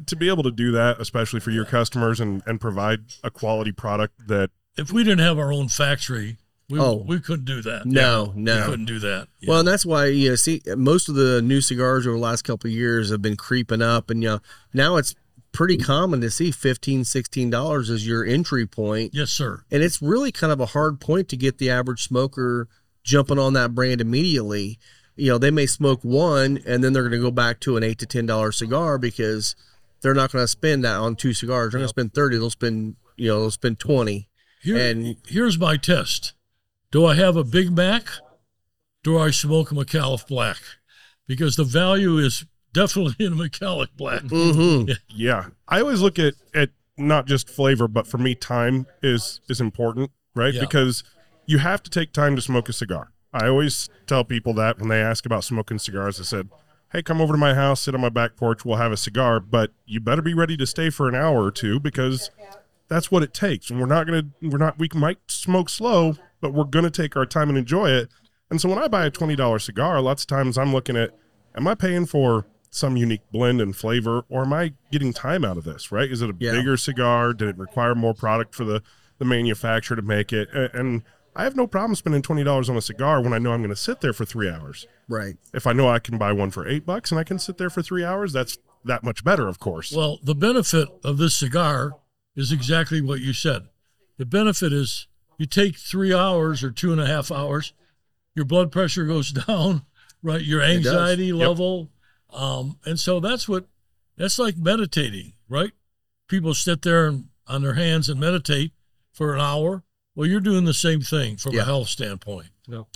to be able to do that, especially for your customers, and and provide a quality product that
If we didn't have our own factory, we
Oh.
we couldn't do that.
No,
we
no.
couldn't do that. Yeah.
Well, and that's why you know, see, most of the new cigars over the last couple of years have been creeping up, and you know, now it's pretty common to see 15 dollars as your entry point.
yes, sir.
And it's really kind of a hard point to get the average smoker jumping on that brand immediately. You know, they may smoke one and then they're going to go back to an eight to ten dollar cigar because they're not going to spend that on two cigars. They're going to spend thirty. They'll spend you know they'll spend twenty.
Here,
And-
here's my test. Do I have a Big Mac? Do I smoke a McAuliffe Black? Because the value is definitely in a McAuliffe Black.
Mm-hmm.
Yeah, I always look at at not just flavor, but for me, time is is important, right?
Yeah.
Because you have to take time to smoke a cigar. I always tell people that when they ask about smoking cigars, I said, "Hey, come over to my house, sit on my back porch, we'll have a cigar, but you better be ready to stay for an hour or two because that's what it takes. And we're not gonna we're not we might smoke slow, but we're gonna take our time and enjoy it. And so when I buy a twenty dollar cigar, lots of times I'm looking at am I paying for some unique blend and flavor, or am I getting time out of this? Right? Is it a
Yeah.
bigger cigar? Did it require more product for the the manufacturer to make it? A- And I have no problem spending twenty dollars on a cigar when I know I'm going to sit there for three hours.
Right.
If I know I can buy one for eight bucks and I can sit there for three hours, that's that much better, of course.
Well, the benefit of this cigar is exactly what you said. The benefit is you take three hours or two and a half hours, your blood pressure goes down, right your anxiety level um and so that's what that's like meditating right people sit there and, on their hands and meditate for an hour well you're doing the same thing from
Yeah.
a health standpoint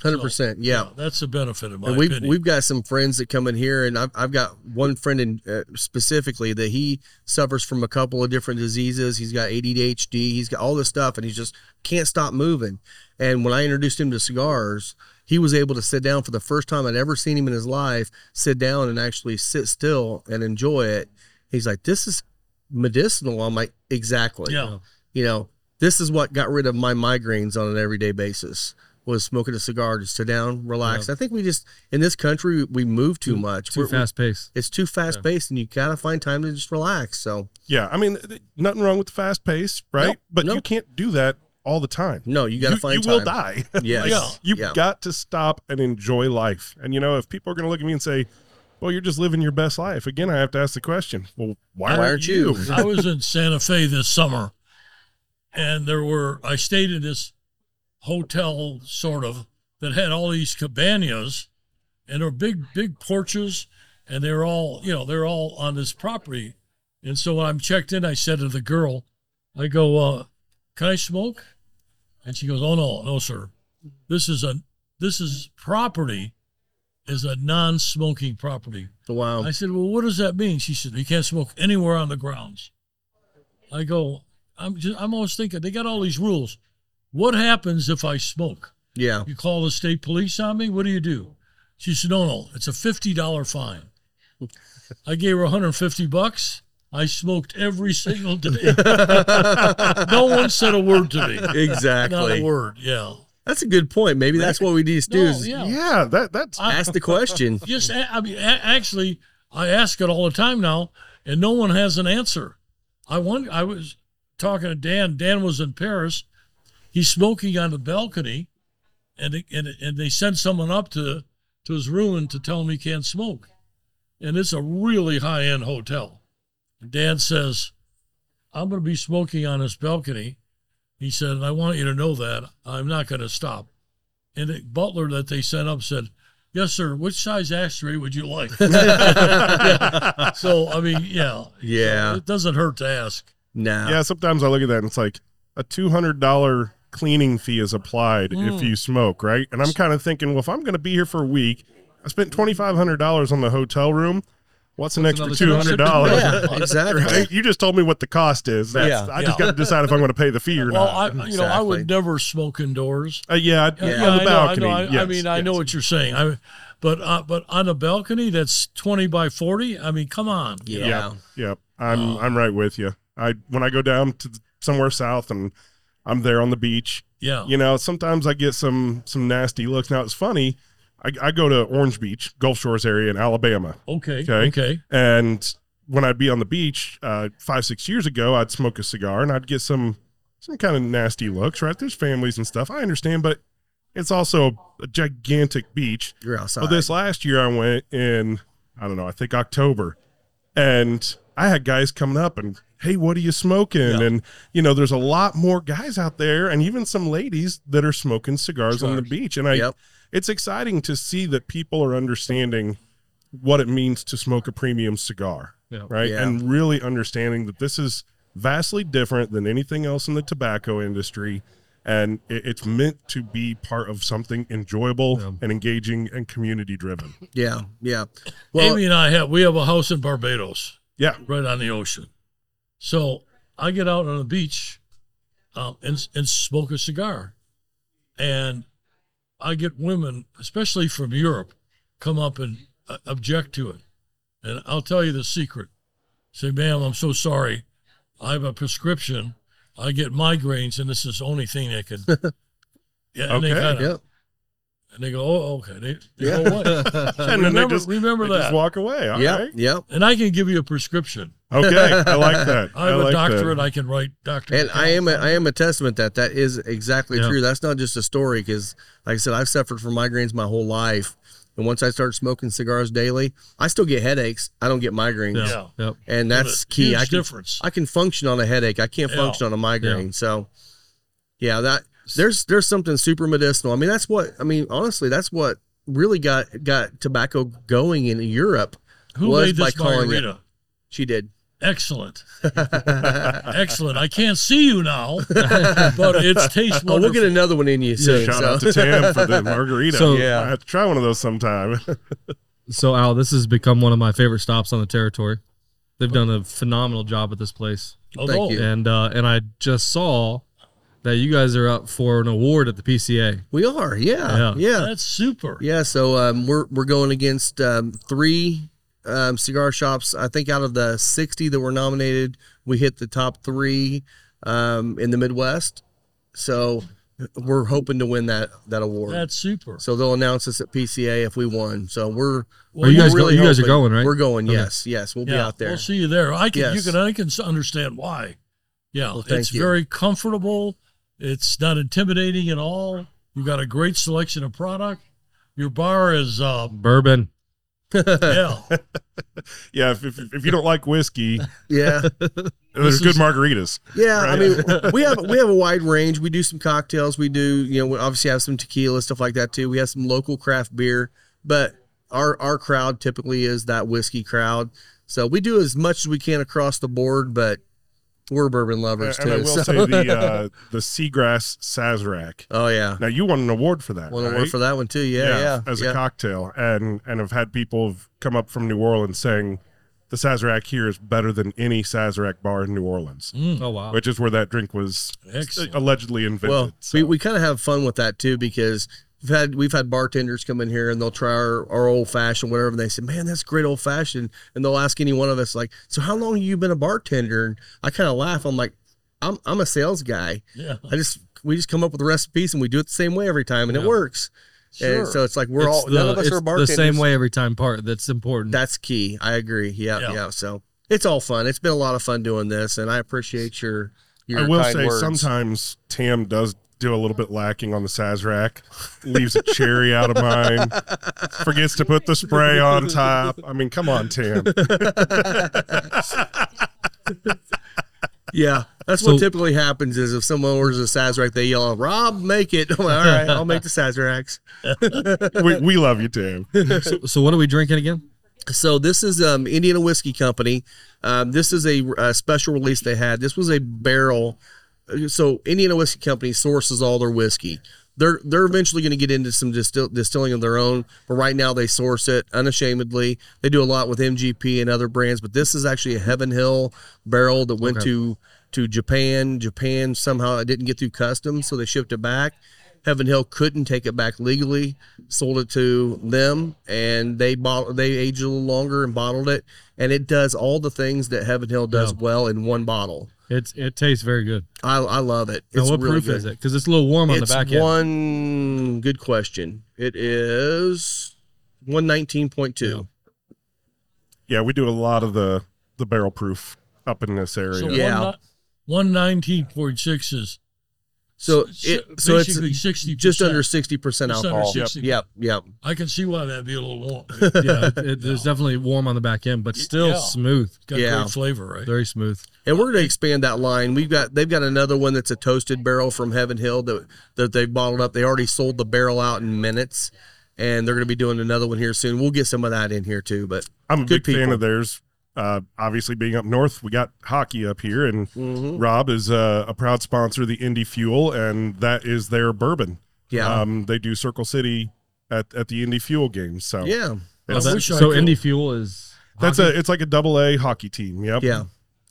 Hundred percent. Yeah.
that's the benefit of my
And we've
opinion
we've got some friends that come in here, and I've, I've got one friend in uh, specifically that he suffers from a couple of different diseases. He's got ADHD. He's got all this stuff, and he just can't stop moving. And when I introduced him to cigars, he was able to sit down for the first time I'd ever seen him in his life. Sit down and actually sit still and enjoy it. He's like, "This is medicinal." I'm like, "Exactly."
yeah
you know, this is what got rid of my migraines on an everyday basis was smoking a cigar to sit down, relax. I think we just in this country we move Mm, too, much.
Too
We're-
fast paced.
It's too fast paced, and you gotta find time to just relax. So
Yeah, I mean, th- nothing wrong with the fast pace, right?
Nope,
but you
nope.
can't do that all the time.
no, you gotta
you,
find
you
time.
will die.
Yes.
Yeah.
You've
Yeah.
got to stop and enjoy life. And you know, if people are going to look at me and say, "Well, you're just living your best life," again, I have to ask the question: Well, why,
Why aren't you?
I was in Santa Fe this summer, and there were I stayed in this hotel sort of that had all these cabanas, and they're big big porches, and they're all you know they're all on this property, and so when I'm checked in, I said to the girl, I go, uh, "Can I smoke?" And she goes, "Oh no, no sir, this is a this is property." Is a non-smoking property.
Wow.
I said, "Well, what does that mean?" She said, "You can't smoke anywhere on the grounds." I go, "I'm just, I'm always thinking they got all these rules. What happens if I smoke?
yeah.
You call the state police on me? What do you do?" She said, "No, no, it's a fifty dollar fine." I gave her 150 bucks. I smoked every single day. no one said a word to me. Not a
Exactly.
word. Yeah.
That's a good point. Maybe that's what we need to do
No,
is
yeah.
Yeah, that that's
I-
ask the question.
Just, a- I mean, a- actually, I ask it all the time now, and no one has an answer. I wonder, I was talking to Dan. Dan was in Paris. He's smoking on the balcony, and they, and and they sent someone up to to his room to tell him he can't smoke, and it's a really high end hotel. And Dan says, "I'm going to be smoking on this balcony." He said, "And I want you to know that I'm not going to stop." And the butler that they sent up said, Yes, sir. Which size ashtray would you like? Yeah. So, I mean, yeah.
Yeah.
It doesn't hurt to ask.
Nah.
yeah. Sometimes I look at that and it's like a two hundred dollar cleaning fee is applied if you smoke, right? And I'm kind of thinking, well, if I'm going to be here for a week, I spent twenty five hundred dollars on the hotel room. What's an extra
another
two hundred dollars?
Yeah, exactly.
You just told me what the cost is. That's,
Yeah.
I just got to decide if I'm going to pay the fee or
Well,
not.
I, you know, I
Exactly.
would never smoke indoors.
Uh, yeah, I'd- on the
I know, I
balcony.
know. I, I
yes,
mean, I know
yes.
what you're saying. I, but uh, but on a balcony that's 20 by 40, I mean, come on.
Yeah.
Yep. Yep. I'm
Oh.
I'm right with you. I when I go down to th- somewhere south and I'm there on the beach,
Yeah.
you know, sometimes I get some some nasty looks. Now it's funny. I, I go to Orange Beach, Gulf Shores area in Alabama,
Okay.
Okay.
Okay.
and when I'd be on the beach uh, five six years ago, I'd smoke a cigar and I'd get some some kind of nasty looks. Right? There's families and stuff. I understand, but it's also a gigantic beach.
You're outside.
Well, this last year I went in, I don't know, I think October, and I had guys coming up and, hey, what are you smoking? And, you know, there's a lot more guys out there and even some ladies that are smoking cigars on the beach. And I,
Yep.
it's exciting to see that people are understanding what it means to smoke a premium cigar,
Yeah.
right?
Yeah.
And really understanding that this is vastly different than anything else in the tobacco industry. And it, it's meant to be part of something enjoyable and engaging and community driven.
yeah. Yeah. Well,
Amy and I have, we have a house in Barbados.
Yeah.
right on the ocean. So I get out on the beach um, and, and smoke a cigar. And I get women, especially from Europe, come up and uh, object to it. And I'll tell you the secret. Say, ma'am, I'm so sorry. I have a prescription. I get migraines, and this is the only thing that can. Yeah, and, they
Okay,
kinda,
yeah.
and they go, oh, okay. They, they
Yeah.
go away.
And then they
remember
just-
remember
They
that.
Just walk away. All right.
Yeah. Yeah.
and I can give you a prescription.
Okay. I like that.
I have a
like that.
doctorate. I can write doctor.
And I am a, I am a testament that that is exactly
Yeah.
true. That's not just a story because, like I said, I've suffered from migraines my whole life, and once I started smoking cigars daily, I still get headaches. I don't get migraines,
Yeah.
Yep.
and that's
Huge
key. I can
difference.
I can function on a headache. I can't
Yeah.
function on a migraine. So, yeah, that there's there's something super medicinal. I mean, that's what I mean. Honestly, that's what really got got tobacco going in Europe.
Who
was
made
by
this
calling it-
margarita?
She did.
Excellent. Excellent. I can't see you now, but it's tastes
Oh,
wonderful.
we'll get another one in you soon.
Shout
so.
out to Tam for the margarita.
So-
yeah, I have to try one of those sometime.
So Al, this has become one of my favorite stops on the territory. They've done a phenomenal job at this place,
Although,
Thank you.
and uh, and I just saw that you guys are up for an award at the PCA.
we are. Yeah.
Yeah.
Yeah.
That's super.
Yeah, so um, we're we're going against um, three um, cigar shops. I think out of the sixty that were nominated, we hit the top three um, in the Midwest. So we're hoping to win that that award.
That's super.
so they'll announce us at PCA if we won. So we're
Well,
are you
yeah,
guys? go-
really
you guys are
hoping.
going, right?
we're going.
Okay.
Yes, yes, we'll be
yeah,
out there.
We'll see you there. I can.
Yes.
You can. I can s- understand why. Yeah,
Well, thank
it's
you.
very comfortable. It's not intimidating at all. You got a great selection of product. Your bar is, um,
Bourbon.
yeah,
yeah, if, if, if you don't like whiskey,
yeah,
This
there's good
is-
margaritas.
yeah. I mean, we have we have a wide range. We do some cocktails. We do you know we obviously have some tequila stuff like that too. We have some local craft beer, but our our crowd typically is that whiskey crowd. So we do as much as we can across the board, but we're bourbon lovers
and I
too.
will
so-
say the uh, the seagrass sazerac.
oh yeah,
Now you won an award for that.
want to
right?
work for that one too. Yeah, yeah.
as
yeah.
a cocktail, and and I've had people have come up from New Orleans saying the Sazerac here is better than any Sazerac bar in New Orleans,
Oh wow.
which is where that drink was
Excellent.
allegedly invented.
Well,
so.
we, we kind of have fun with that too because we've had we've had bartenders come in here and they'll try our, our old fashioned whatever and they say, man, that's great old fashioned, and they'll ask any one of us like, so how long have you been a bartender? And I kind of laugh. I'm like, I'm I'm a sales guy.
yeah.
I just we just come up with recipes and we do it the same way every time and it works.
Sure.
And so it's like we're all
the,
none of us
it's
are
the
bartenders.
same way every time part that's important.
That's key. I agree. Yeah, yeah.
Yeah.
So it's all fun. It's been a lot of fun doing this, and I appreciate your. your
I will
kind
say
words.
sometimes Tam does do a little bit lacking on the Sazerac, leaves a cherry out of mine, forgets to put the spray on top. I mean, come on, Tam.
Yeah, that's
So-
what typically happens is if someone orders a Sazerac, they yell, "Rob, make it!" I'm like, All right, I'll make the Sazeracs.
we, we love you, Tam.
so, so what are we drinking again?
So this is um, Indiana Whiskey Company. Um, this is a, uh special release they had. This was a barrel. So Indiana Whiskey Company sources all their whiskey. They're they're eventually going to get into some distil- distilling of their own, but right now they source it unashamedly. They do a lot with MGP and other brands, but this is actually a Heaven Hill barrel that went to to Japan. Japan somehow it didn't get through customs, so they shipped it back. Heaven Hill couldn't take it back legally, sold it to them, and they bought they aged it a little longer and bottled it, and it does all the things that Heaven Hill does well in one bottle.
It's it tastes very good.
I, I love it.
Now,
It's
what
really
proof
good.
is it? Because it's a little warm on
it's
the back end.
one good question. It is one nineteen point two.
Yeah, we do a lot of the the barrel proof up in this area.
So
Yeah.
one nineteen point six is
So
s-
it so it's
basically sixty.
just under sixty percent
Just under
alcohol.
60.
Yep, yep.
I can see why that'd be a little warm. It's
yeah, it, it- there's definitely warm on the back end, but still
Yeah.
smooth,
got
Yeah.
great flavor, right?
very smooth.
And we're going to expand that line. We've got they've got another one that's a toasted barrel from Heaven Hill that that they've bottled up. They already sold the barrel out in minutes, and they're going to be doing another one here soon. We'll get some of that in here too. But
I'm a
Good
big fan
people.
of theirs. Uh, obviously, being up north, we got hockey up here, and Rob is uh, a proud sponsor of the Indy Fuel, and that is their bourbon.
Yeah.
um, they do Circle City at, at the Indy Fuel games. So
yeah,
I
It's-
wish I
so
could-
Indy Fuel is
that's
hockey.
a it's like a double A hockey team. Yep.
yeah.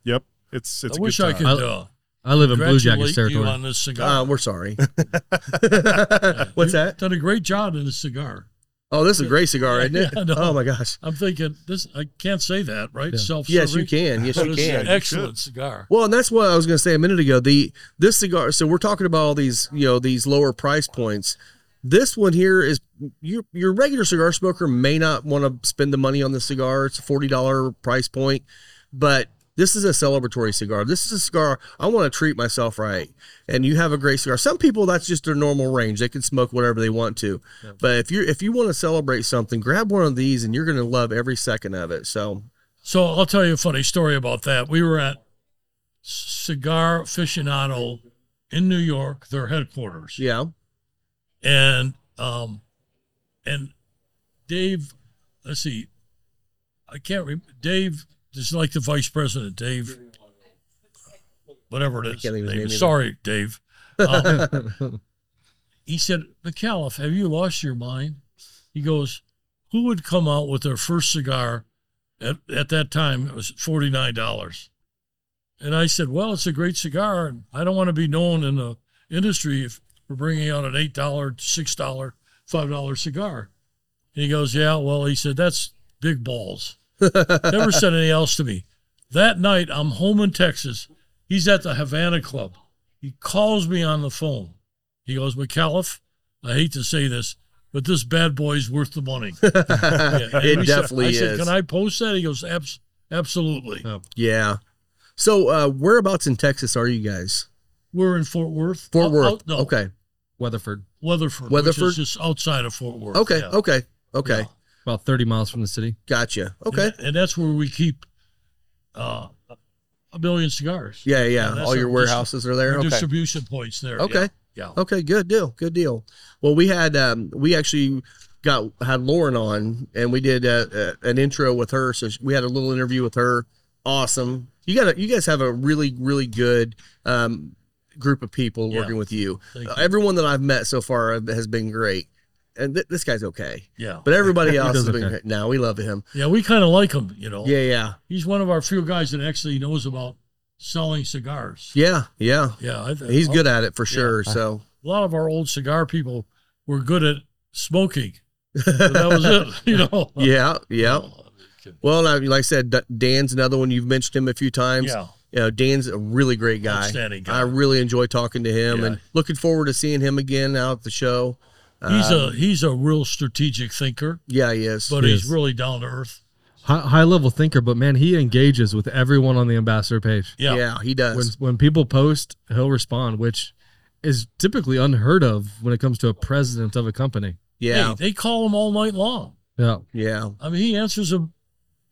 Yep. It's
I
it's. a
wish
good
I
time.
could uh,
I live in Blue Jackets
congratulate you
territory.
on this cigar.
Uh, we're sorry. What's
You've
that?
Done a great job in the cigar.
Oh, this is a great cigar, isn't it?
Yeah, I know.
Oh my gosh.
I'm thinking this. I can't say that, right? Self.
Yes, you can. Yes, you can.
an excellent cigar.
Well, and that's what I was going to say a minute ago. The this cigar. So we're talking about all these, you know, these lower price points. This one here is your your regular cigar smoker may not want to spend the money on the cigar. It's a forty dollar price point, but this is a celebratory cigar. This is a cigar I want to treat myself right. And you have a great cigar. Some people that's just their normal range. They can smoke whatever they want to. But if you if you want to celebrate something, grab one of these and you're going to love every second of it. So
So I'll tell you a funny story about that. We were at Cigar Aficionado in New York, their headquarters,
yeah,
and um, and Dave, let's see, I can't remember. Dave is like the vice president, Dave, whatever it is.
can't think of his
Dave.
name either.
Sorry, Dave. Um, he said, McAuliffe, have you lost your mind? He goes, Who would come out with their first cigar? At, at that time, it was $49. And I said, Well, it's a great cigar. And I don't want to be known in the industry if we're bringing out an $8, $6, $5 cigar. And he goes, Yeah, well, he said, That's big balls. Never said anything else to me. That night, I'm home in Texas. He's at the Havana Club. He calls me on the phone. He goes, McAuliffe, I hate to say this, but this bad boy's worth the money. Yeah, and
It
we
definitely
said, I
is.
said, Can I post that? He goes, Abs- absolutely.
yeah. So uh, whereabouts in Texas are you guys?
We're in Fort Worth.
Fort
Out-
Worth.
out- no,
Okay.
Weatherford,
Weatherford.
Weatherford?
Which is just outside of Fort Worth.
Okay.
yeah.
Okay. Okay.
Yeah.
about 30 miles from the city.
Gotcha. Okay.
And, and that's where we keep uh, a million cigars.
Yeah. Yeah.
Yeah, that's
All your
our distri-
warehouses are
Our
there. Okay.
distribution points there.
Okay.
Yeah. yeah.
Okay, good deal, good deal. Well, we had um, we actually got had Lauren on, and we did uh uh an intro with her. So she- we had a little interview with her. Awesome. You got you guys have a really really good um, group of people
Yeah.
working with you.
Thank
Uh,
you.
Everyone that I've met so far has been great, and th- this guy's okay,
Yeah.
but everybody else has
does
been.
okay.
great. Now we love him.
Yeah, we kind of like him, you know.
Yeah, yeah,
He's one of our few guys that actually knows about selling cigars.
yeah, yeah.
Yeah. I,
He's good at it for sure. So
A lot of our old cigar people were good at smoking. But that was it, you know. Oh,
yeah, yeah. Well, and I, like I said, D- Dan's another one. You've mentioned him a few times.
Yeah.
you know, Dan's a really great guy.
Outstanding guy.
I really enjoy talking to him
Yeah.
and looking forward to seeing him again out at the show.
He's a he's a real strategic thinker,
Yeah, um, he is.
but
Yes.
he's really down to earth.
High, high level thinker, but man, he engages with everyone on the ambassador page.
Yeah.
yeah. he
When
does.
when people post, he'll respond, which is typically unheard of when it comes to a president of a company.
yeah,
Hey, they call him all night long.
Yeah,
yeah,
I mean, he answers them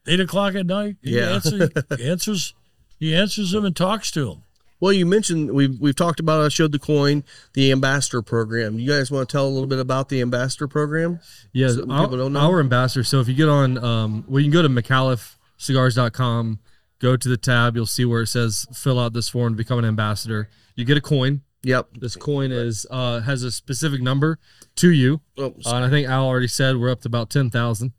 eight o'clock at night. He
Yeah.
answer- he answers. He answers them and talks to them.
Well, you mentioned we've we've talked about. I showed the coin, the ambassador program. You guys want to tell a little bit about the ambassador program?
Yeah,
So
our,
people don't know?
our ambassador. So if you get on, um, well, you can go to McAuliffeCigars.com, go to the tab, you'll see where it says fill out this form to become an ambassador. You get a coin.
Yep.
This coin is uh, has a specific number to you.
Oh,
Uh, and I think Al already said we're up to about 10,000.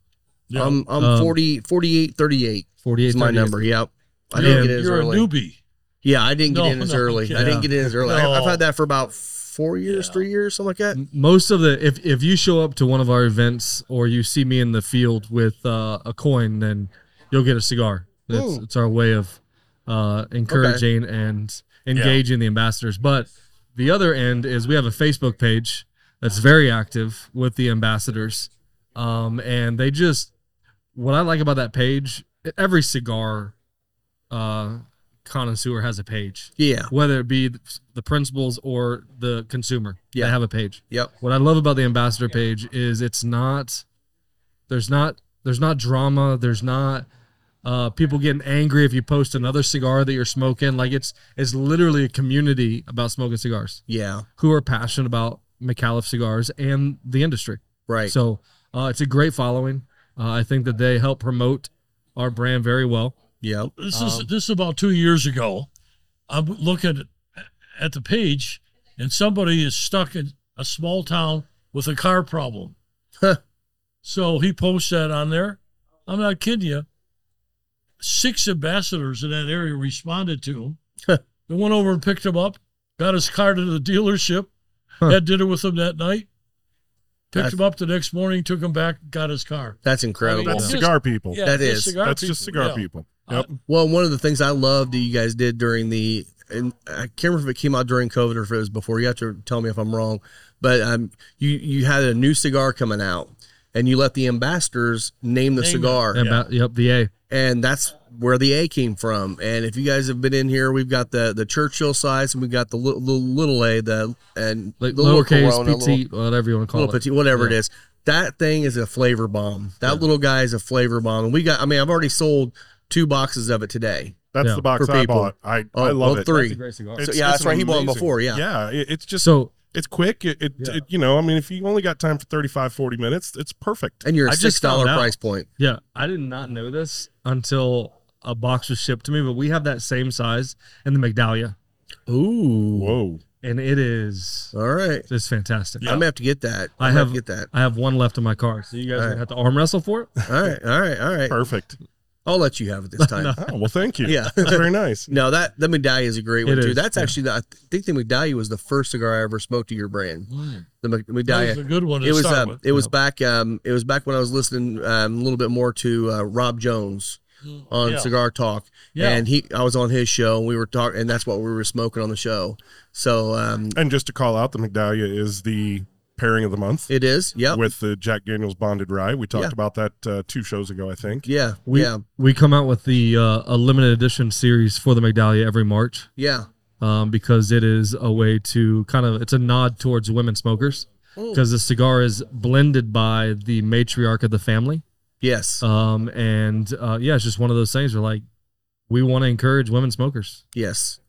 I'm I'm
Um,
40, 48, 38
48
is my number. Yep. I
You're,
didn't get in as
you're a
early.
newbie.
Yeah, I didn't get
No,
in as
no,
early. I didn't
yeah.
get in as early. I, I've
No.
had that for about four years,
Yeah.
three years, something like that.
Most of the if if you show up to one of our events or you see me in the field with uh, a coin, then you'll get a cigar. It's,
Ooh.
it's our way of uh, encouraging and engaging the ambassadors. But the other end is we have a Facebook page that's very active with the ambassadors, um, and they just what I like about that page. Every cigar uh, connoisseur has a page
Yeah.
whether it be th- the principals or the consumer.
Yeah.
They have a page.
Yep.
What I love about the ambassador page is it's not there's not there's not drama, there's not uh, people getting angry if you post another cigar that you're smoking. Like it's it's literally a community about smoking cigars
Yeah.
who are passionate about McAuliffe cigars and the industry.
Right.
So uh, it's a great following. Uh, I think that they help promote our brand very well.
Yep.
This is this is about two years ago. I'm looking at, at the page, and somebody is stuck in a small town with a car problem.
Huh.
So he posts that on there. I'm not kidding you. Six ambassadors in that area responded to him. they went over and picked him up, got his car to the dealership,
Huh.
had dinner with him that night, picked
That's-
him up the next morning, took him back, got his car.
That's incredible.
Well,
That's
just-
cigar people.
Yeah,
That
just
is.
cigar
That's just
people,
cigar
yeah.
people. Yep.
Well, one of the things I loved that you guys did during the, and I can't remember if it came out during COVID or if it was before. You have to tell me if I'm wrong, but um, you you had a new cigar coming out, and you let the ambassadors name the
Name it.
cigar,
Amba- Yep, the A.
and that's where the A came from. And if you guys have been in here, we've got the the Churchill size, and we got the little little A, the and
Like
the little
lowercase,
Corona, little-
petite, whatever you want to call
little
it.
petite, whatever it is. That thing is a flavor bomb. That little guy is a flavor bomb. And we got, I mean, I've already sold two boxes of it today.
That's
Yeah.
the box
For
I
people.
bought. I,
Oh,
I love
well,
it.
three.
great cigar.
It's-
yeah, that's
it's
right, he bought 'em
amazing.
before, yeah.
Yeah. it- it's just
So
it's quick. It, it,
Yeah.
it you know, I mean, if you only got time for 35, 40 minutes, it's perfect.
and you're a
I
six
just
dollar
found out.
price point.
Yeah, I did not know this until a box was shipped to me, but we have that same size in the Magdalia,
Ooh,
Whoa.
and it is
all right.
it's fantastic.
I'm gonna have to get that.
I
I'm gonna
have-
get that.
I have one left in my car, so you guys are
Alright.
gonna have to arm wrestle for it.
All right, all right, all right.
Perfect.
I'll let you have it this time.
Oh, well, thank you.
Yeah.
That's very nice.
No, that the medallia is a great one
It
too.
is,
That's
yeah.
actually the, I think the medallia was the first cigar I ever smoked to your brand. The Mc-
That
medallia.
was a good one to
It was
start
uh,
with.
it was back um it was back when I was listening um, a little bit more to uh, Rob Jones
Mm.
on
Yeah.
Cigar Talk.
Yeah.
And he I was on his show and we were talking and that's what we were smoking on the show. So um
And just to call out, the Magdalia is the pairing of the month
it is. Yep.
with the Jack Daniels Bonded Rye. We talked
Yeah.
about that uh, two shows ago, I think.
yeah.
We
yeah.
we come out with the uh, a limited edition series for the Magdalia every March.
Yeah.
um, because it is a way to kind of it's a nod towards women smokers because the cigar is blended by the matriarch of the family
Yes.
um, and uh, yeah it's just one of those things where like we want to encourage women smokers
yes.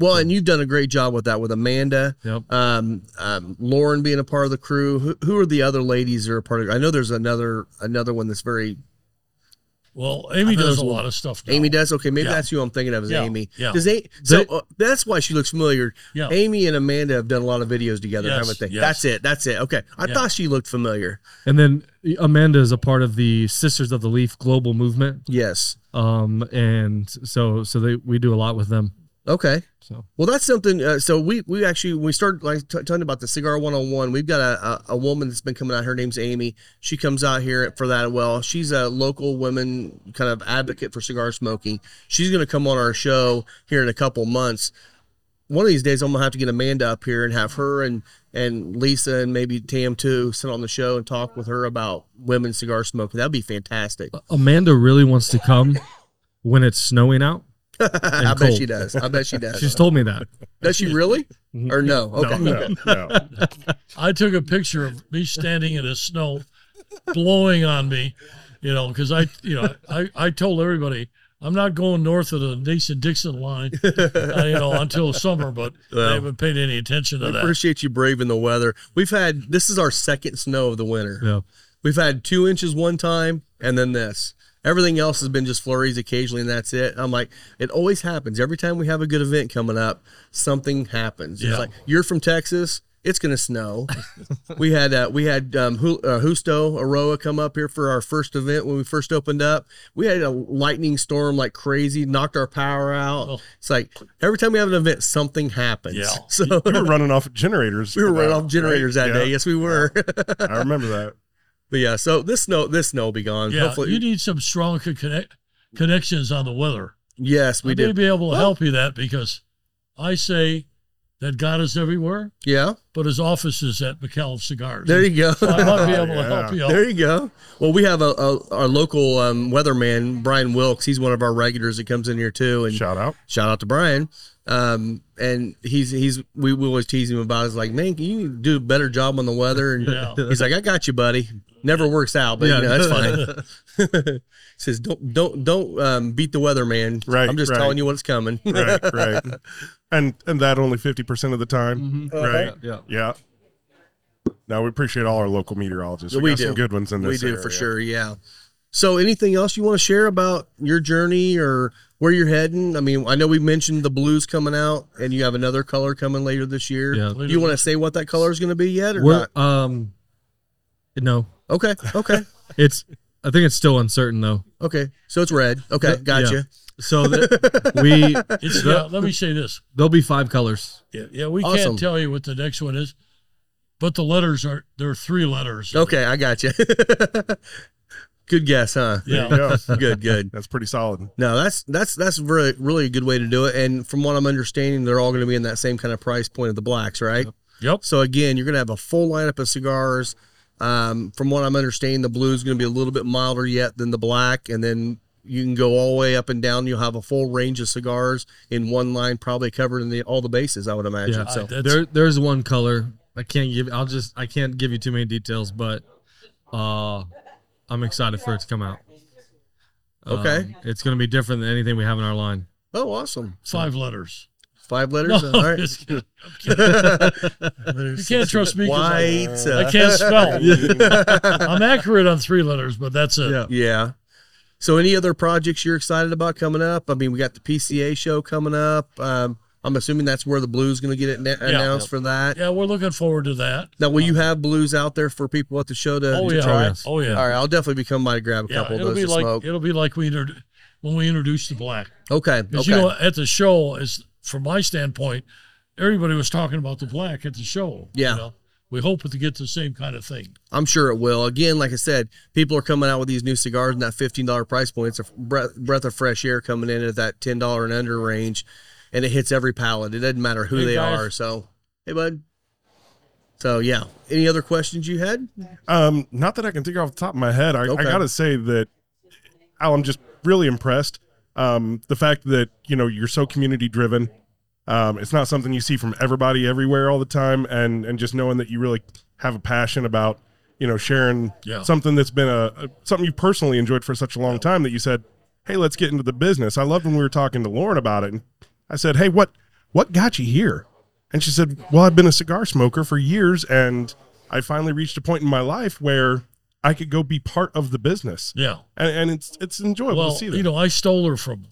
Well, and you've done a great job with that with Amanda.
yep
um, um, Lauren being a part of the crew. Who, who are the other ladies that are a part of? I know there's another another one that's very
well, Amy
I thought it
does
was
a
one-
lot of stuff. Now.
Amy does. Okay, maybe
Yeah.
that's who I'm thinking of as
Yeah.
Amy.
Yeah.
Does they, so
They-
uh, that's why she looks familiar.
Yeah.
Amy and Amanda have done a lot of videos together,
Yes,
haven't they?
yes.
That's it. That's it. Okay, I
Yeah.
thought she looked familiar.
and then amanda is a part of the sisters of the leaf global movement
Yes.
um, and so so they we do a lot with them
Okay.
so
Well, that's something. Uh, so we we actually we started like t- talking about the cigar one on one. We've got a, a a woman that's been coming out. Her name's Amy. She comes out here for that. Well, she's a local women kind of advocate for cigar smoking. She's going to come on our show here in a couple months. One of these days, I'm gonna have to get Amanda up here and have her and and Lisa and maybe Tam too sit on the show and talk with her about women cigar smoking. That'd be fantastic.
amanda really wants to come when it's snowing out
I bet
cold.
she does. I bet she does.
she's told me that
does she really? Or no? Okay.
No, no, no.
I took a picture of me standing in the snow, blowing on me, you know, because I, you know, I, I told everybody I'm not going north of the Nason Dixon line, uh, you know, until summer, but I haven't paid any attention to
We
that.
appreciate you braving the weather. We've had this is our second snow of the winter.
yeah
We've had two inches one time, and then this. Everything else has been just flurries occasionally, and that's it. I'm like, it always happens. Every time we have a good event coming up, something happens.
Yeah.
It's like you're from Texas. It's gonna snow. we had uh, we had um, Hu- uh, Justo Aroa come up here for our first event when we first opened up. We had a lightning storm like crazy, knocked our power out.
Oh.
It's like every time we have an event, something happens.
Yeah.
So
We were running off generators.
we were
for
running
that,
off generators
right?
that day.
Yeah,
Yes, we were.
I remember that.
but yeah, so this snow, this snow will be gone.
yeah,
Hopefully,
you need some strong co- connect, connections on the weather.
yes, we
I may
did.
be able to help you that because I say that God is everywhere,
Yeah,
but His office is at McAuliffe Cigars.
there you
So I
go.
might be able to
Yeah.
help you out.
there you go. Well, we have a, a our local um, weatherman Brian Wilkes. He's one of our regulars that comes in here too, and
Shout out.
shout out to Brian. Um, and he's he's we, we always tease him about. It's like, man, can you do a better job on the weather? And
Yeah.
he's like, I got you, buddy. Never works out, but
Yeah.
you know, that's fine. Says don't don't don't um, beat the weather, man.
Right,
I'm just
right.
telling you what's coming.
Right, right. And and that only 50% of the time.
Uh-huh.
Right.
yeah
Yeah. No, we appreciate all our local meteorologists. We,
We
got some
do.
good ones in
we
this.
do for
area.
sure yeah so anything else you want to share about your journey or where you're heading i mean i know we mentioned the blues coming out and you have another color coming later this year
Yeah.
do you want to say what that color is going to be yet or
we're
not
um no
okay okay
It's I think it's still uncertain though.
okay so it's red okay gotcha
So that we
It's, yeah, let me say this.
there'll be five colors.
Yeah, yeah, we
Awesome.
can't tell you what the next one is, but the letters are there are three letters.
okay i gotcha good guess huh
Yeah.
Yeah,
good good
that's pretty solid.
no that's that's that's really really a good way to do it and from what i'm understanding they're all going to be in that same kind of price point of the blacks right
Yep.
So again, you're going to have a full lineup of cigars. Um, from what I'm understanding, the blue is going to be a little bit milder yet than the black, and then you can go all the way up and down. You'll have a full range of cigars in one line, probably covered in the, all the bases. I would imagine.
Yeah.
So
That's-
There there's one color. I can't give I'll just I can't give you too many details, but uh I'm excited for it to come out.
Okay.
Um, it's gonna be different than anything we have in our line.
oh, awesome.
five letters.
Five
No,
letters. All right.
just kidding.
you
You can't trust me 'cause I-
White.
I can't spell. I'm accurate on three letters, but that's it.
Yeah.
Yeah. So, any other projects you're excited about coming up? I mean, we got the PCA show coming up. Um, I'm assuming that's where the blues going to get it na- announced for that.
Yeah, we're looking forward to that.
Now, will you have blues out there for people at the show to,
Oh
to
yeah.
try?
yes.
Oh yeah.
All right, I'll definitely be coming by to grab a
Yeah,
couple of
it'll
those
be
to
like
smoke.
it'll be like we inter- when we introduced the black.
Okay,
Because
okay,
you know, at the show, is from my standpoint, everybody was talking about the black at the show. you
Yeah.
know? we hope to get the same kind of thing.
I'm sure it will. Again, like I said, people are coming out with these new cigars and that $15 price point. It's a breath, breath of fresh air coming in at that $10 and under range, and it hits every palate. It doesn't matter who
Hey,
they
guys.
are. So, hey, bud. So, yeah. Any other questions you had?
Um, not that I can think off the top of my head. I,
Okay.
I gotta say that Al, I'm just really impressed. Um, the fact that you know you're so community driven. Um, it's not something you see from everybody everywhere all the time, and and just knowing that you really have a passion about you know sharing
Yeah.
something that's been a, a- something you personally enjoyed for such a long time that you said, hey, let's get into the business. I loved when we were talking to Lauren about it, and I said, hey, what what got you here? And she said, Well, I've been a cigar smoker for years and I finally reached a point in my life where I could go be part of the business.
Yeah.
And, and it's it's enjoyable
well,
to see that.
you know, I stole her from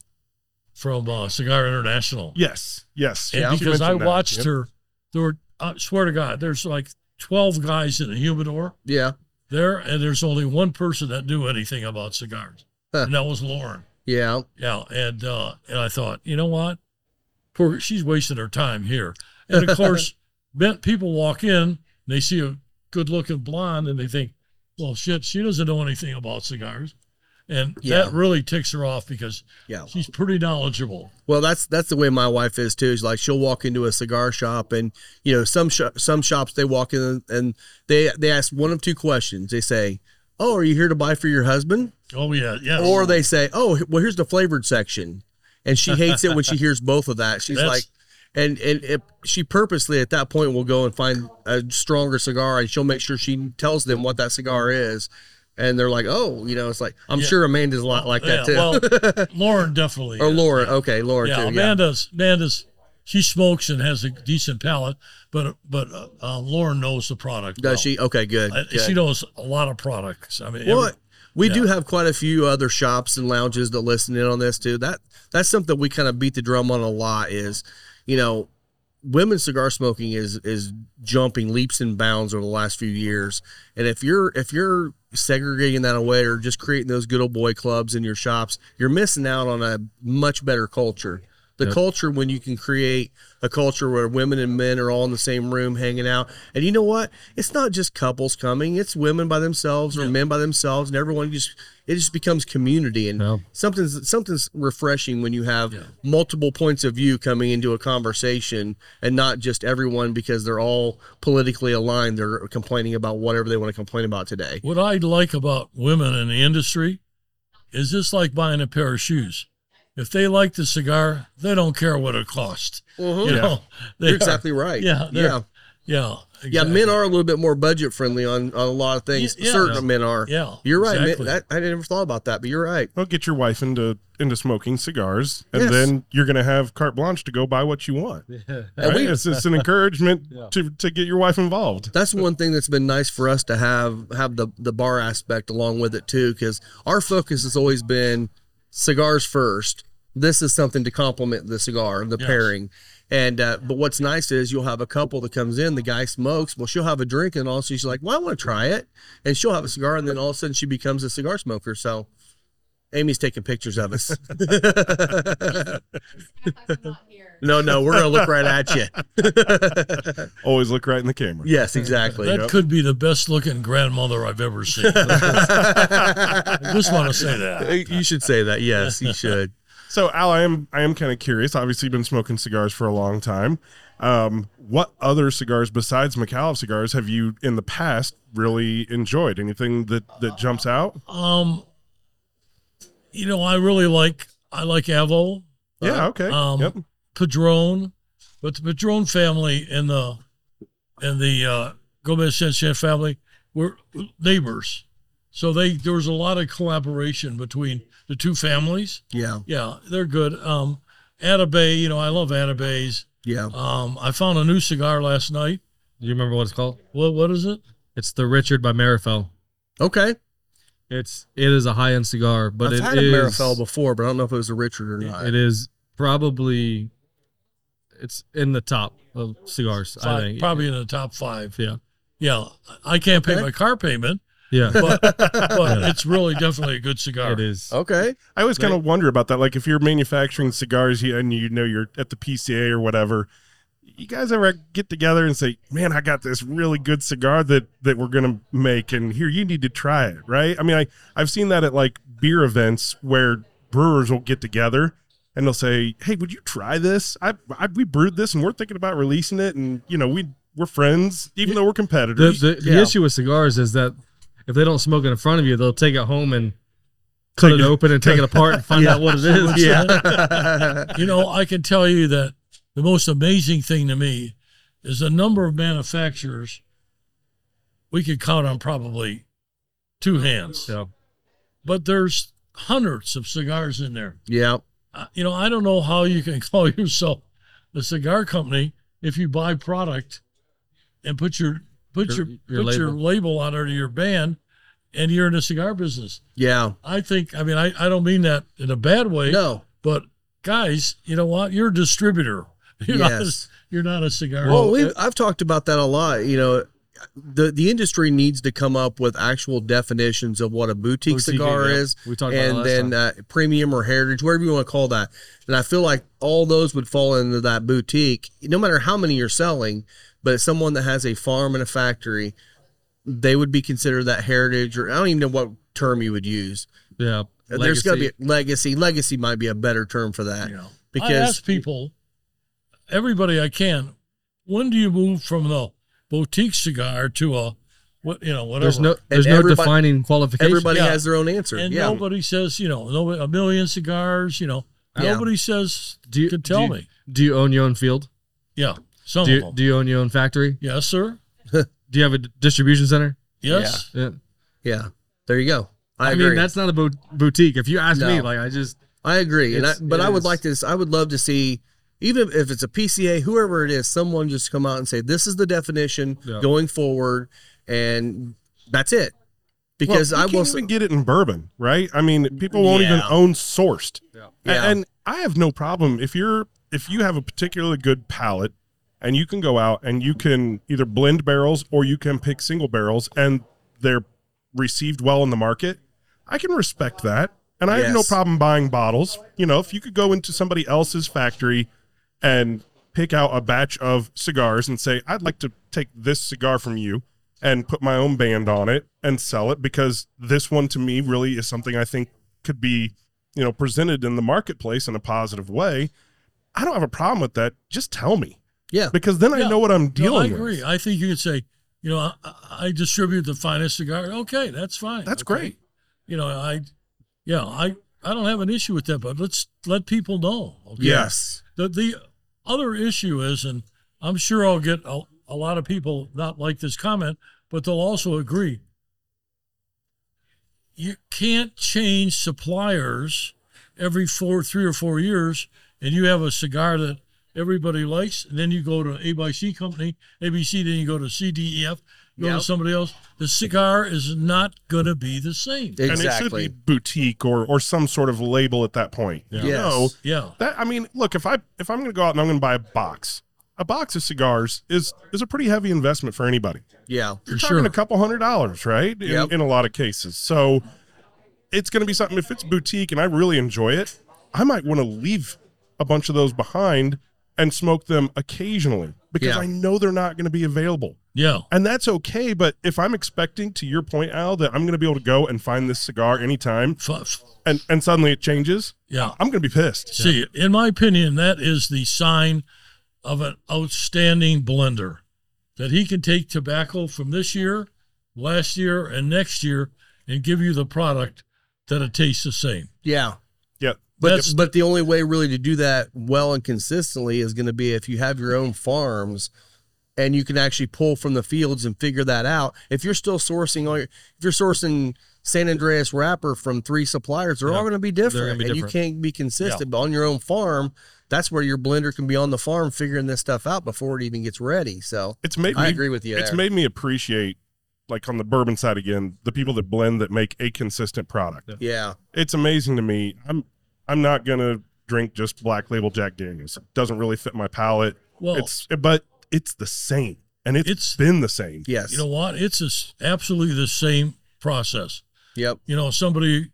from uh, Cigar International,
yes, yes.
and
She
because I
mentioned that.
watched
Yep.
her. There were, I swear to God, there's like twelve guys in a humidor
Yeah.
there, and there's only one person that knew anything about cigars,
Huh.
and that was Lauren.
Yeah.
Yeah, and uh, and I thought, you know what? Poor, she's wasting her time here. And of course, ben- people walk in and they see a good-looking blonde and they think, well, shit, she doesn't know anything about cigars, and
Yeah.
that really ticks her off because
Yeah.
she's pretty knowledgeable.
Well, that's that's the way my wife is too. Is like she'll walk into a cigar shop, and you know some sho some shops they walk in and they they ask one of two questions. They say, "Oh, are you here to buy for your husband?"
Oh yeah, yeah.
Or they say, "Oh, well, here's the flavored section," and she hates it when she hears both of that. She's
That's-
like, and and if she purposely at that point will go and find a stronger cigar, and she'll make sure she tells them what that cigar is, and they're like, "Oh, you know," it's like I'm
Yeah.
sure Amanda's a lot like
yeah,
that too,
well, Lauren definitely.
or
is.
Laura. Okay, Laura
Yeah,
too.
Amanda's Amanda's. She smokes and has a decent palate, but but uh, uh, Lauren knows the product.
Does
well.
she? Okay, good.
Uh,
good.
She knows a lot of products. I mean,
Well,
every-
we do
yeah.
have quite a few other shops and lounges that listen in on this too. That that's something we kind of beat the drum on a lot is, you know, women's cigar smoking is is jumping leaps and bounds over the last few years. And if you're if you're segregating that away or just creating those good old boy clubs in your shops, you're missing out on a much better culture. The culture when you can create a culture where women and men are all in the same room hanging out. And you know what? It's not just couples coming, it's women by themselves or men by themselves and everyone just it just becomes community and
Yeah.
something's something's refreshing when you have multiple points of view coming into a conversation and not just everyone because they're all politically aligned they're complaining about whatever they want to complain about today
What I like about women in the industry is just like buying a pair of shoes. If they like the cigar, they don't care what it costs. You know, they
you're Mm-hmm.
are-
exactly right
Yeah, they're-
yeah
yeah,
yeah
exactly.
men are a little bit more budget friendly on, on a lot of things
Yeah, yeah.
certain men are
Yeah,
you're right men-
exactly.
that, i never thought about that but you're right
Well, get your wife into into smoking cigars, and
Yes.
then you're gonna have carte blanche to go buy what you want.
and
Right?
we,
it's, it's an encouragement
Yeah.
to to get your wife involved.
That's one thing that's been nice for us to have have the the bar aspect along with it too, because our focus has always been cigars first. This is something to complement the cigar, the
Yes.
pairing. And uh, but what's nice is you'll have a couple that comes in, the guy smokes, well she'll have a drink and also she's like, well I want to try it, and she'll have a cigar, and then all of a sudden she becomes a cigar smoker. So. Amy's taking pictures of us.
I'm not here.
no, no, we're gonna look right at you.
Always look right in the camera.
Yes, exactly.
that could be the best looking grandmother I've ever seen. I just want to say that.
you should say that. Yes, you should.
So Al, I am I am kind of curious. Obviously, you've been smoking cigars for a long time. Um, what other cigars besides McAuliffe cigars have you in the past really enjoyed? Anything that that jumps out?
Um, you know, I really like I like Avo.
yeah. Okay.
um,
yep.
Padron, but the Padron family and the and the uh, Gomez Sanchez family were neighbors, so they there was a lot of collaboration between the two families.
Yeah.
Yeah, they're good. Um, Atabay, you know, I love Atabays.
Yeah.
Um, I found a new cigar last night.
Do you remember what it's called?
What what is it?
It's the Richard by Marifel.
Okay.
It's it is a high end cigar,
I've
but it
had a
is-
Marifel before, but I don't know if it was a Richard or not.
It is probably it's in the top of cigars. I
Five-
think
probably in the top five.
Yeah.
Yeah, I can't pay
Okay.
my car payment,
Yeah,
but, but it's really definitely a good cigar.
it is.
Okay.
I always kind of wonder about that. Like, if you're manufacturing cigars you- and you know you're at the PCA or whatever, you guys ever get together and say, "Man, I got this really good cigar that that we're gonna make, and here you need to try it." Right? I mean, I I've seen that at like beer events where brewers will get together and they'll say, "Hey, would you try this? I, I we brewed this, and we're thinking about releasing it, and you know we." We're friends, even though we're
The,
competitors.
the, the
Yeah.
issue with cigars is that if they don't smoke it in front of you, they'll take it home and cut it
Take it-
open and take it apart and find out what it is.
Yeah.
You know, I can tell you that the most amazing thing to me is the number of manufacturers we could count on probably two hands.
So
But there's hundreds of cigars in there.
yeah.
Uh, you know, I don't know how you can call yourself a cigar company if you buy product and put your put your,
Your- your
put your label on it or your band, and you're in the cigar business.
Yeah.
I think. I mean, I, I don't mean that in a bad way.
No.
But guys, you know what? You're a distributor. You're not. A,
Yes.
you're not a cigar.
Well, we I've talked about that a lot. You know, the the industry needs to come up with actual definitions of what a boutique,
Boutique,
cigar
yeah.
is,
We talked about it
and
last
then uh, premium or heritage, whatever you want to call that. And I feel like all those would fall into that boutique, no matter how many you're selling. But someone that has a farm and a factory, they would be considered that heritage, or I don't even know what term you would use.
yeah,
There's got to be
legacy.
legacy. Legacy might be a better term for that
you know, I
because
ask people, everybody I can, when do you move from the boutique cigar to a what you know whatever?
there's no there's no
everybody-
defining qualification.
everybody
Yeah.
has their own answer.
and
yeah.
nobody says you know nobody, a million cigars. You know
Yeah.
nobody says
Do you-
can tell
do you-
me.
Do you own your own field?
Yeah, some
Do
of
you,
them.
do you own your own factory?
yes, sir.
Do you have a d- distribution center?
Yes.
Yeah.
Yeah, there you go. I,
I,
agree.
mean, that's not a bo- boutique. If you ask me,
No.
like I just
I agree. And I,
it's-
but
it
I would
is.
like this. I would love to see, even if it's a PCA, whoever it is, someone just come out and say, "This is the definition
Yeah.
going forward," and that's it. Because
Well, you
I will.
can't
s-
even get it in bourbon, right? I mean, people won't even
Yeah.
own sourced. A-
Yeah.
And I have no problem if you're if you have a particularly good palate and you can go out and you can either blend barrels or you can pick single barrels and they're received well in the market. I can respect that. And I have no
Yes.
problem buying bottles. You know, if you could go into somebody else's factory and pick out a batch of cigars and say, I'd like to take this cigar from you and put my own band on it and sell it because this one to me really is something I think could be, you know, presented in the marketplace in a positive way. I don't have a problem with that. Just tell me
yeah,
because then I
Yeah.
know what I'm
No, I
dealing
agree.
with.
I think you could say, you know, I, I- I distribute the finest cigar. Okay, that's fine.
That's
Okay.
great.
You know, I, yeah, I, I don't have an issue with that, but let's let people know. Okay?
yes,
The the other issue is, and I'm sure I'll get a, a lot of people not like this comment, but they'll also agree. You can't change suppliers every four, three or four years, and you have a cigar that everybody likes, and then you go to A by C company, ABC, then you go to CDEF, go
Yep.
to somebody else. The cigar is not going to be the same.
And it
exactly.
should be boutique or or some sort of label at that point. Yeah.
Yes.
yeah.
That I mean, look, if I if I'm going to go out and I'm going to buy a box, a box of cigars is is a pretty heavy investment for anybody.
yeah,
You're
For
talking
sure.
a couple hundred dollars, right? In,
Yep.
in a lot of cases. So it's going to be something. If it's boutique and I really enjoy it, I might want to leave a bunch of those behind and smoke them occasionally because
Yeah.
I know they're not going to be available.
Yeah.
And that's okay. But if I'm expecting, to your point, Al, that I'm going to be able to go and find this cigar anytime
F- f-
and, and suddenly it changes,
yeah.
I'm going to be pissed.
See, in my opinion, that is the sign of an outstanding blender that he can take tobacco from this year, last year, and next year and give you the product that it tastes the same.
yeah.
Yeah.
But
That's-
but the only way really to do that well and consistently is going to be if you have your own farms and you can actually pull from the fields and figure that out. If you're still sourcing all your, if you're sourcing San Andreas wrapper from three suppliers, they're
Yeah.
all going to be different,
gonna be
and
different.
you can't be consistent. But on your own farm, that's where your blender can be on the farm figuring this stuff out before it even gets ready. So
It's made
I
me-
agree with you.
It's
there.
made me appreciate, like on the bourbon side again, the people that blend that make a consistent product.
Yeah.
yeah,
It's amazing to me. I'm I'm not gonna drink just black label Jack Daniels. It doesn't really fit my palate.
Well,
it's but it's the same, and
It's-
it's been the same.
yes,
you know what? It's as- absolutely the same process.
yep,
you know somebody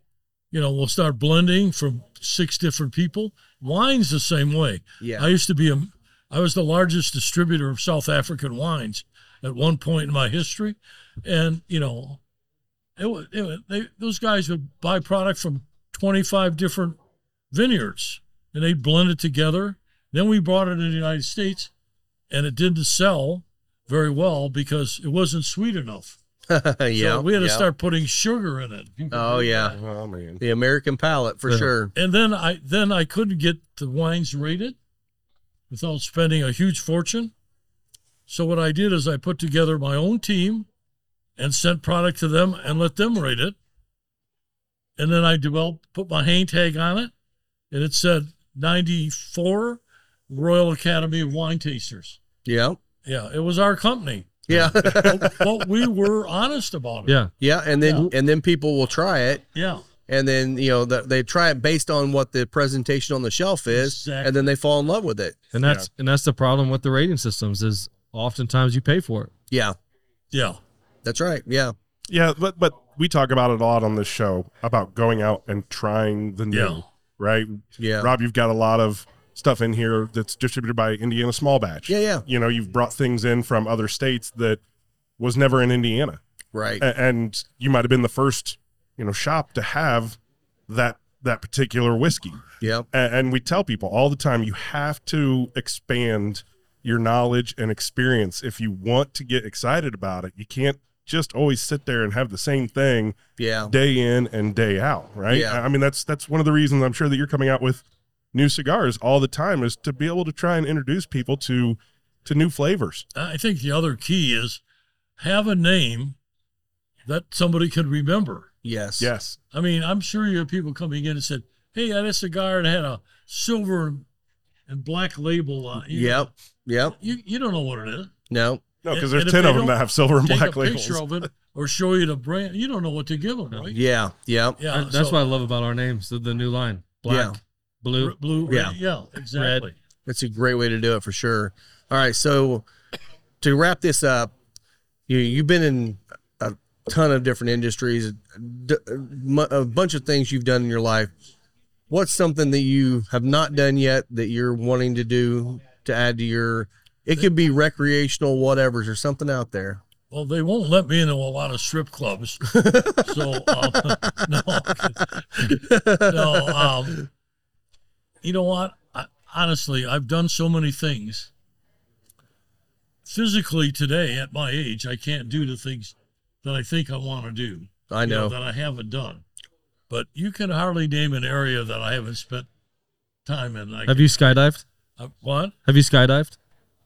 you know will start blending from six different people wines the same way
Yeah.
i used to be a i was the largest distributor of south african wines at one point in my history and you know it was, it wa- they, those guys would buy product from 25 different vineyards and they blend it together then we brought it to the united states and it didn't sell very well because it wasn't sweet enough
yeah.
so we had to
yeah.
start putting sugar in it
Oh yeah,
Oh man.
the American palate for
Yeah.
sure.
and then I then I couldn't get the wines rated without spending a huge fortune. So what I did is I put together my own team and sent product to them and let them rate it. And then I developed put my hang tag on it and it said 94 Royal Academy of Wine Tasters.
Yeah,
Yeah, it was our company.
yeah,
but we were honest about it.
Yeah.
yeah. And then and then people will try it,
Yeah.
and then you know the, they try it based on what the presentation on the shelf is,
Exactly.
and then they fall in love with it.
And that's and that's the problem with the rating systems is oftentimes you pay for it.
Yeah,
Yeah.
that's right. Yeah,
Yeah, but but we talk about it a lot on this show about going out and trying the new,
Yeah.
right?
yeah,
Rob, you've got a lot of stuff in here that's distributed by Indiana Small Batch.
Yeah, yeah.
You know, you've brought things in from other states that was never in Indiana,
right.
A- and you might have been the first, you know, shop to have that that particular whiskey.
Yep.
A- and we tell people all the time you have to expand your knowledge and experience if you want to get excited about it you can't just always sit there and have the same thing
Yeah.
day in and day out right
Yeah.
I- i mean that's that's one of the reasons i'm sure that you're coming out with new cigars all the time is to be able to try and introduce people to to new flavors
I think the other key is have a name that somebody can remember.
Yes.
yes
I mean, I'm sure you have people coming in and said, "Hey, I had a cigar and had a silver and black label on." it." You know,
Yep. Yep.
You you don't know what it is.
No.
no because
And-
there's
and if
10
they
of them
don't
that have silver and
Take
black
a
labels
picture of it or show you the brand. You don't know what to give them, right?
Yeah. Yep.
Yeah,
That- that's
so-
what I love about our names, the, the new line. Black,
Yeah.
blue.
r- blue. red,
Yeah.
yeah, exactly.
That's a great way to do it for sure. All right. So to wrap this up, you you've been in a ton of different industries, d- mu- a bunch of things you've done in your life. What's something that you have not done yet that you're wanting to do to add to your? It could be recreational, whatever's, or something out there.
Well, they won't let me into a lot of strip clubs. so um, no, no. Um, you know what? I, honestly, I've done so many things. Physically today, at my age, I can't do the things that I think I want to do.
I
you
know.
that I haven't done. But you can hardly name an area that I haven't spent time in. Like
Have you skydived?
I- what?
Have you skydived?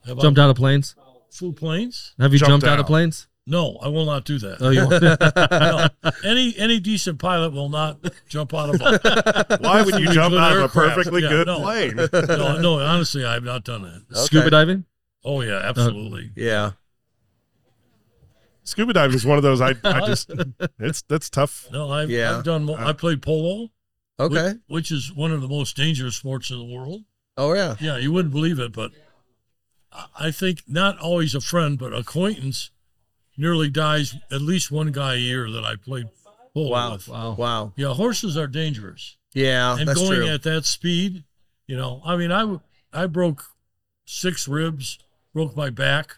Have
Jumped
I
out of planes?
flew planes?
Have you
Jumped
jumped, out.
out.
of planes?
No, I will not do that.
Oh, you won't.
No. any any decent pilot will not jump out of a
why would you jump out of a perfectly
Yeah,
good
no.
plane
no no. Honestly, I have not done that.
Scuba diving?
Oh yeah, absolutely.
Yeah.
scuba diving is one of those i, I just it's that's tough
No, I've,
Yeah.
I've done. mo- I played polo, whi-
Okay.
which, is one of the most dangerous sports in the world.
Oh yeah.
Yeah, you wouldn't believe it, but I- I think not always a friend, but acquaintance, nearly dies at least one guy a year that I played polo
Wow.
with.
Wow.
Wow.
Yeah, horses are dangerous.
Yeah.
and
Oh, that's
going
true.
at that speed, you know, I mean, I w- I broke six ribs, broke my back,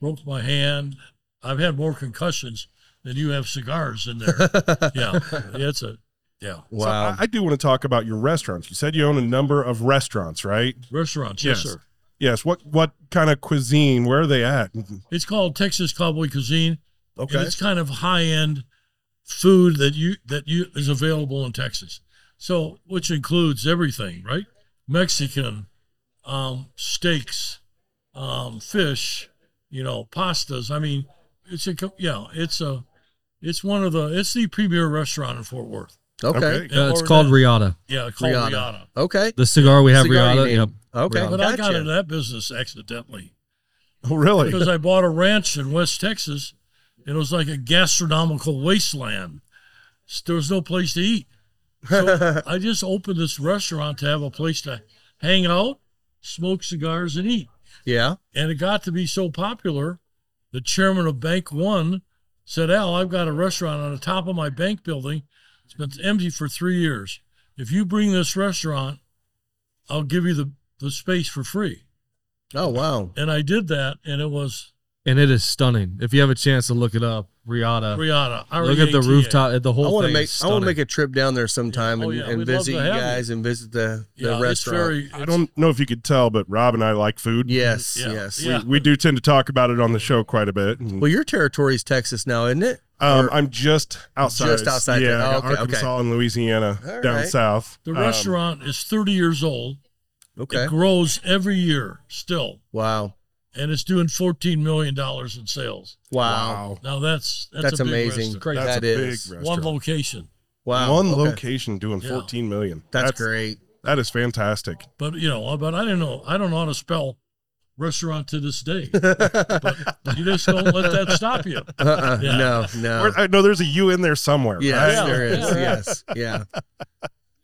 broke my hand. I've had more concussions than you have cigars in there. yeah, it's a yeah
So
wow.
I, I do want to talk about your restaurants. You said you own a number of restaurants, right?
restaurants. Yes,
Yes.
sir.
Yes. What what kind of cuisine? Where are they at?
It's called Texas Cowboy Cuisine.
Okay.
And it's kind of high end food that you that you is available in Texas. So which includes everything, right? Mexican, um, steaks, um, fish, you know, pastas. I mean, it's a co- yeah, it's a It's one of the. It's the premier restaurant in Fort Worth.
Okay.
Uh, it's
Or
called
that-
Riata.
Yeah, called
Rihanna.
Rihanna.
Okay.
The cigar we have
Cigar you
Riata.
mean.
Yep.
Okay.
Rihanna.
But I got
Gotcha.
into that business accidentally
Oh, really?
because I bought a ranch in West Texas, and it was like a gastronomical wasteland. S- There was no place to eat. So I just opened this restaurant to have a place to hang out, smoke cigars, and eat.
Yeah.
And it got to be so popular, the chairman of Bank One said, Al, I've got a restaurant on the top of my bank building. It's been empty for three years. If you bring this restaurant, I'll give you the, the space for free.
Oh wow.
And I did that, and it was
And it is stunning. If you have a chance to look it up, Riata.
Rihanna.
Uh,
E
Look at the
R-E-A-T-A.
rooftop. The whole
E I want to
thing
make
is
I want to
stunning.
make a trip down there sometime
Oh,
and,
yeah,
and
we'd love
visit
to
you
have you.
guys and visit the the
Yeah, it's
restaurant.
very.
I don't know if you could tell, but Rob and I like food.
yes.
Yeah.
Yes.
Yeah.
We do tend to talk about it on the show quite a bit. and,
Well, your territory is Texas now, isn't it?
um, I'm just outside.
Just outside
Yeah,
there. Oh, okay, okay.
Arkansas and Louisiana
All
down
right.
south.
The
Um,
restaurant is 30 years old.
Okay.
It grows every year still,
Wow.
and it's doing $14 million in sales.
Wow.
Now, that's that's,
That's
a big
amazing.
restaurant.
Great.
Oh. That's
That
a
is.
big
One
restaurant.
location.
Wow.
One
okay.
location doing
Yeah.
14 million.
That's, great.
That is fantastic.
but you know, but I don't know. I don't know how to spell restaurant to this day. but you just don't let that stop you.
Uh-uh.
Yeah.
No. No.
Or- I know there's a U in there somewhere.
Yes,
right?
there is.
Yeah.
Yes. Yeah.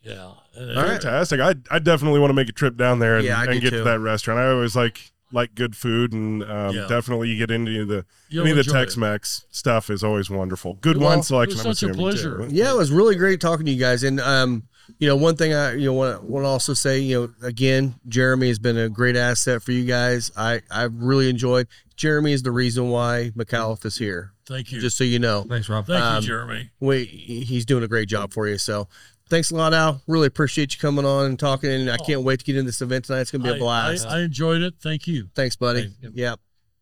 Yeah.
All right.
Fantastic. I, I definitely want to make a trip down there and,
Yeah, I
and
do
get
too.
to that restaurant. I always like like good food and um,
Yeah.
definitely you get into the
You'll
any of the
enjoy it.
Tex Mex stuff is always wonderful. Good
Well,
wine selection.
it
I'm
was such a
assuming,
pleasure.
too.
Yeah, it was really great talking to you guys. And um, you know, one thing I you know want want to also say, you know, again, Jeremy has been a great asset for you guys. I I've really enjoyed. Jeremy is the reason why McAuliffe is here.
Thank you.
Just so you know,
Thanks, Rob.
Thank
um,
you, Jeremy.
we he's doing a great job for you. So. Thanks a lot, Al. Really appreciate you coming on and talking. And
Oh.
I can't wait to get into this event tonight. It's going to be
I-
a blast.
I, I enjoyed it. Thank you.
Thanks, buddy.
Thank you.
Yep.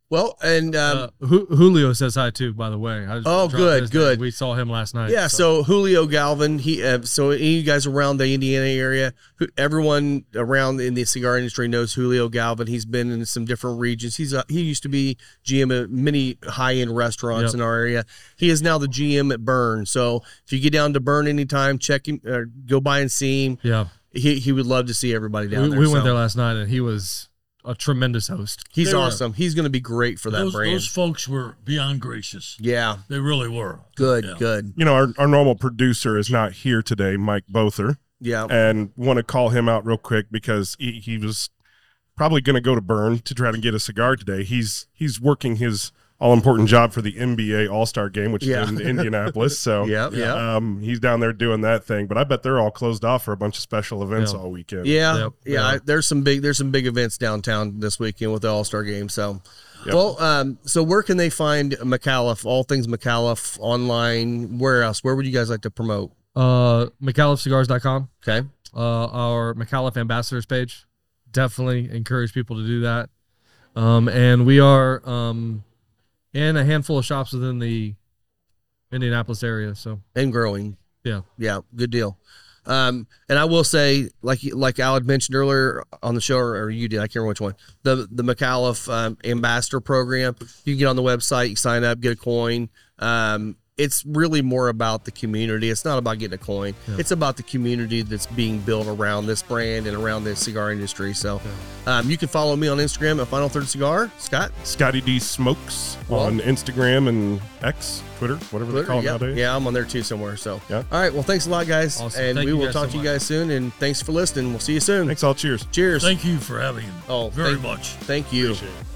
Well, and um,
Uh, Ju- Julio says hi too, by the way. I just
Oh,
dropped
good,
his
good.
name. We saw him last night.
Yeah, so Julio Galvin, he uh, so any of you guys around the Indiana area, who, everyone around in the cigar industry knows Julio Galvin. He's been in some different regions. He's a, he used to be GM at many high end restaurants in
Yep.
our area. He is now the GM at Burn. So if you get down to Burn anytime, check him or go by and see him.
yeah,
He he would love to see everybody down
we,
there.
we went
So
there last night, and he was a tremendous host.
He's
They were-
awesome. He's going to be great for that
Those,
brand.
those folks were beyond gracious.
yeah,
They really were.
good,
Yeah.
good.
You know, our, our normal producer is not here today, Mike Bother,
Yeah,
and want to call him out real quick because he, he was probably going to go to Burn to try to get a cigar today. He's he's working his all important job for the NBA All Star Game, which
Yeah.
is in Indianapolis. So
yeah, yeah.
Um, he's down there doing that thing, but I bet they're all closed off for a bunch of special events
Yeah.
all weekend.
Yeah,
Yep,
yeah.
yeah.
I- There's some big there's some big events downtown this weekend with the All Star Game. So,
Yep.
well, um, so where can they find McAuliffe? All things McAuliffe online. Where else? Where would you guys like to promote?
Uh, McAuliffeCigars.com,
Okay.
uh, our McAuliffe Ambassadors page. Definitely encourage people to do that. Um, and we are um, in a handful of shops within the Indianapolis area. So
and growing.
Yeah.
yeah, good deal. Um, and I will say, like like Al had mentioned earlier on the show, or, or you did, I can't remember which one. The the McAuliffe um, ambassador program. You can get on the website, you sign up, get a coin. Um, it's really more about the community. It's not about getting a coin.
Yeah.
It's about the community that's being built around this brand and around the cigar industry. So, um, you can follow me on Instagram at Final Third Cigar. Scott,
Scotty D smokes
Well-
on Instagram and X, Twitter, whatever they
Twitter,
call it
yeah.
nowadays.
Yeah, I'm on there too somewhere. So,
Yeah.
all right. Well, thanks a lot, guys.
Awesome.
And
Thank
we
you
will
guys
talk
so
to you
much.
guys soon. And thanks for listening. We'll see you soon.
Thanks all. Cheers.
Cheers.
Thank you for having me.
Oh,
very
thank-
much.
Thank you.
Appreciate it.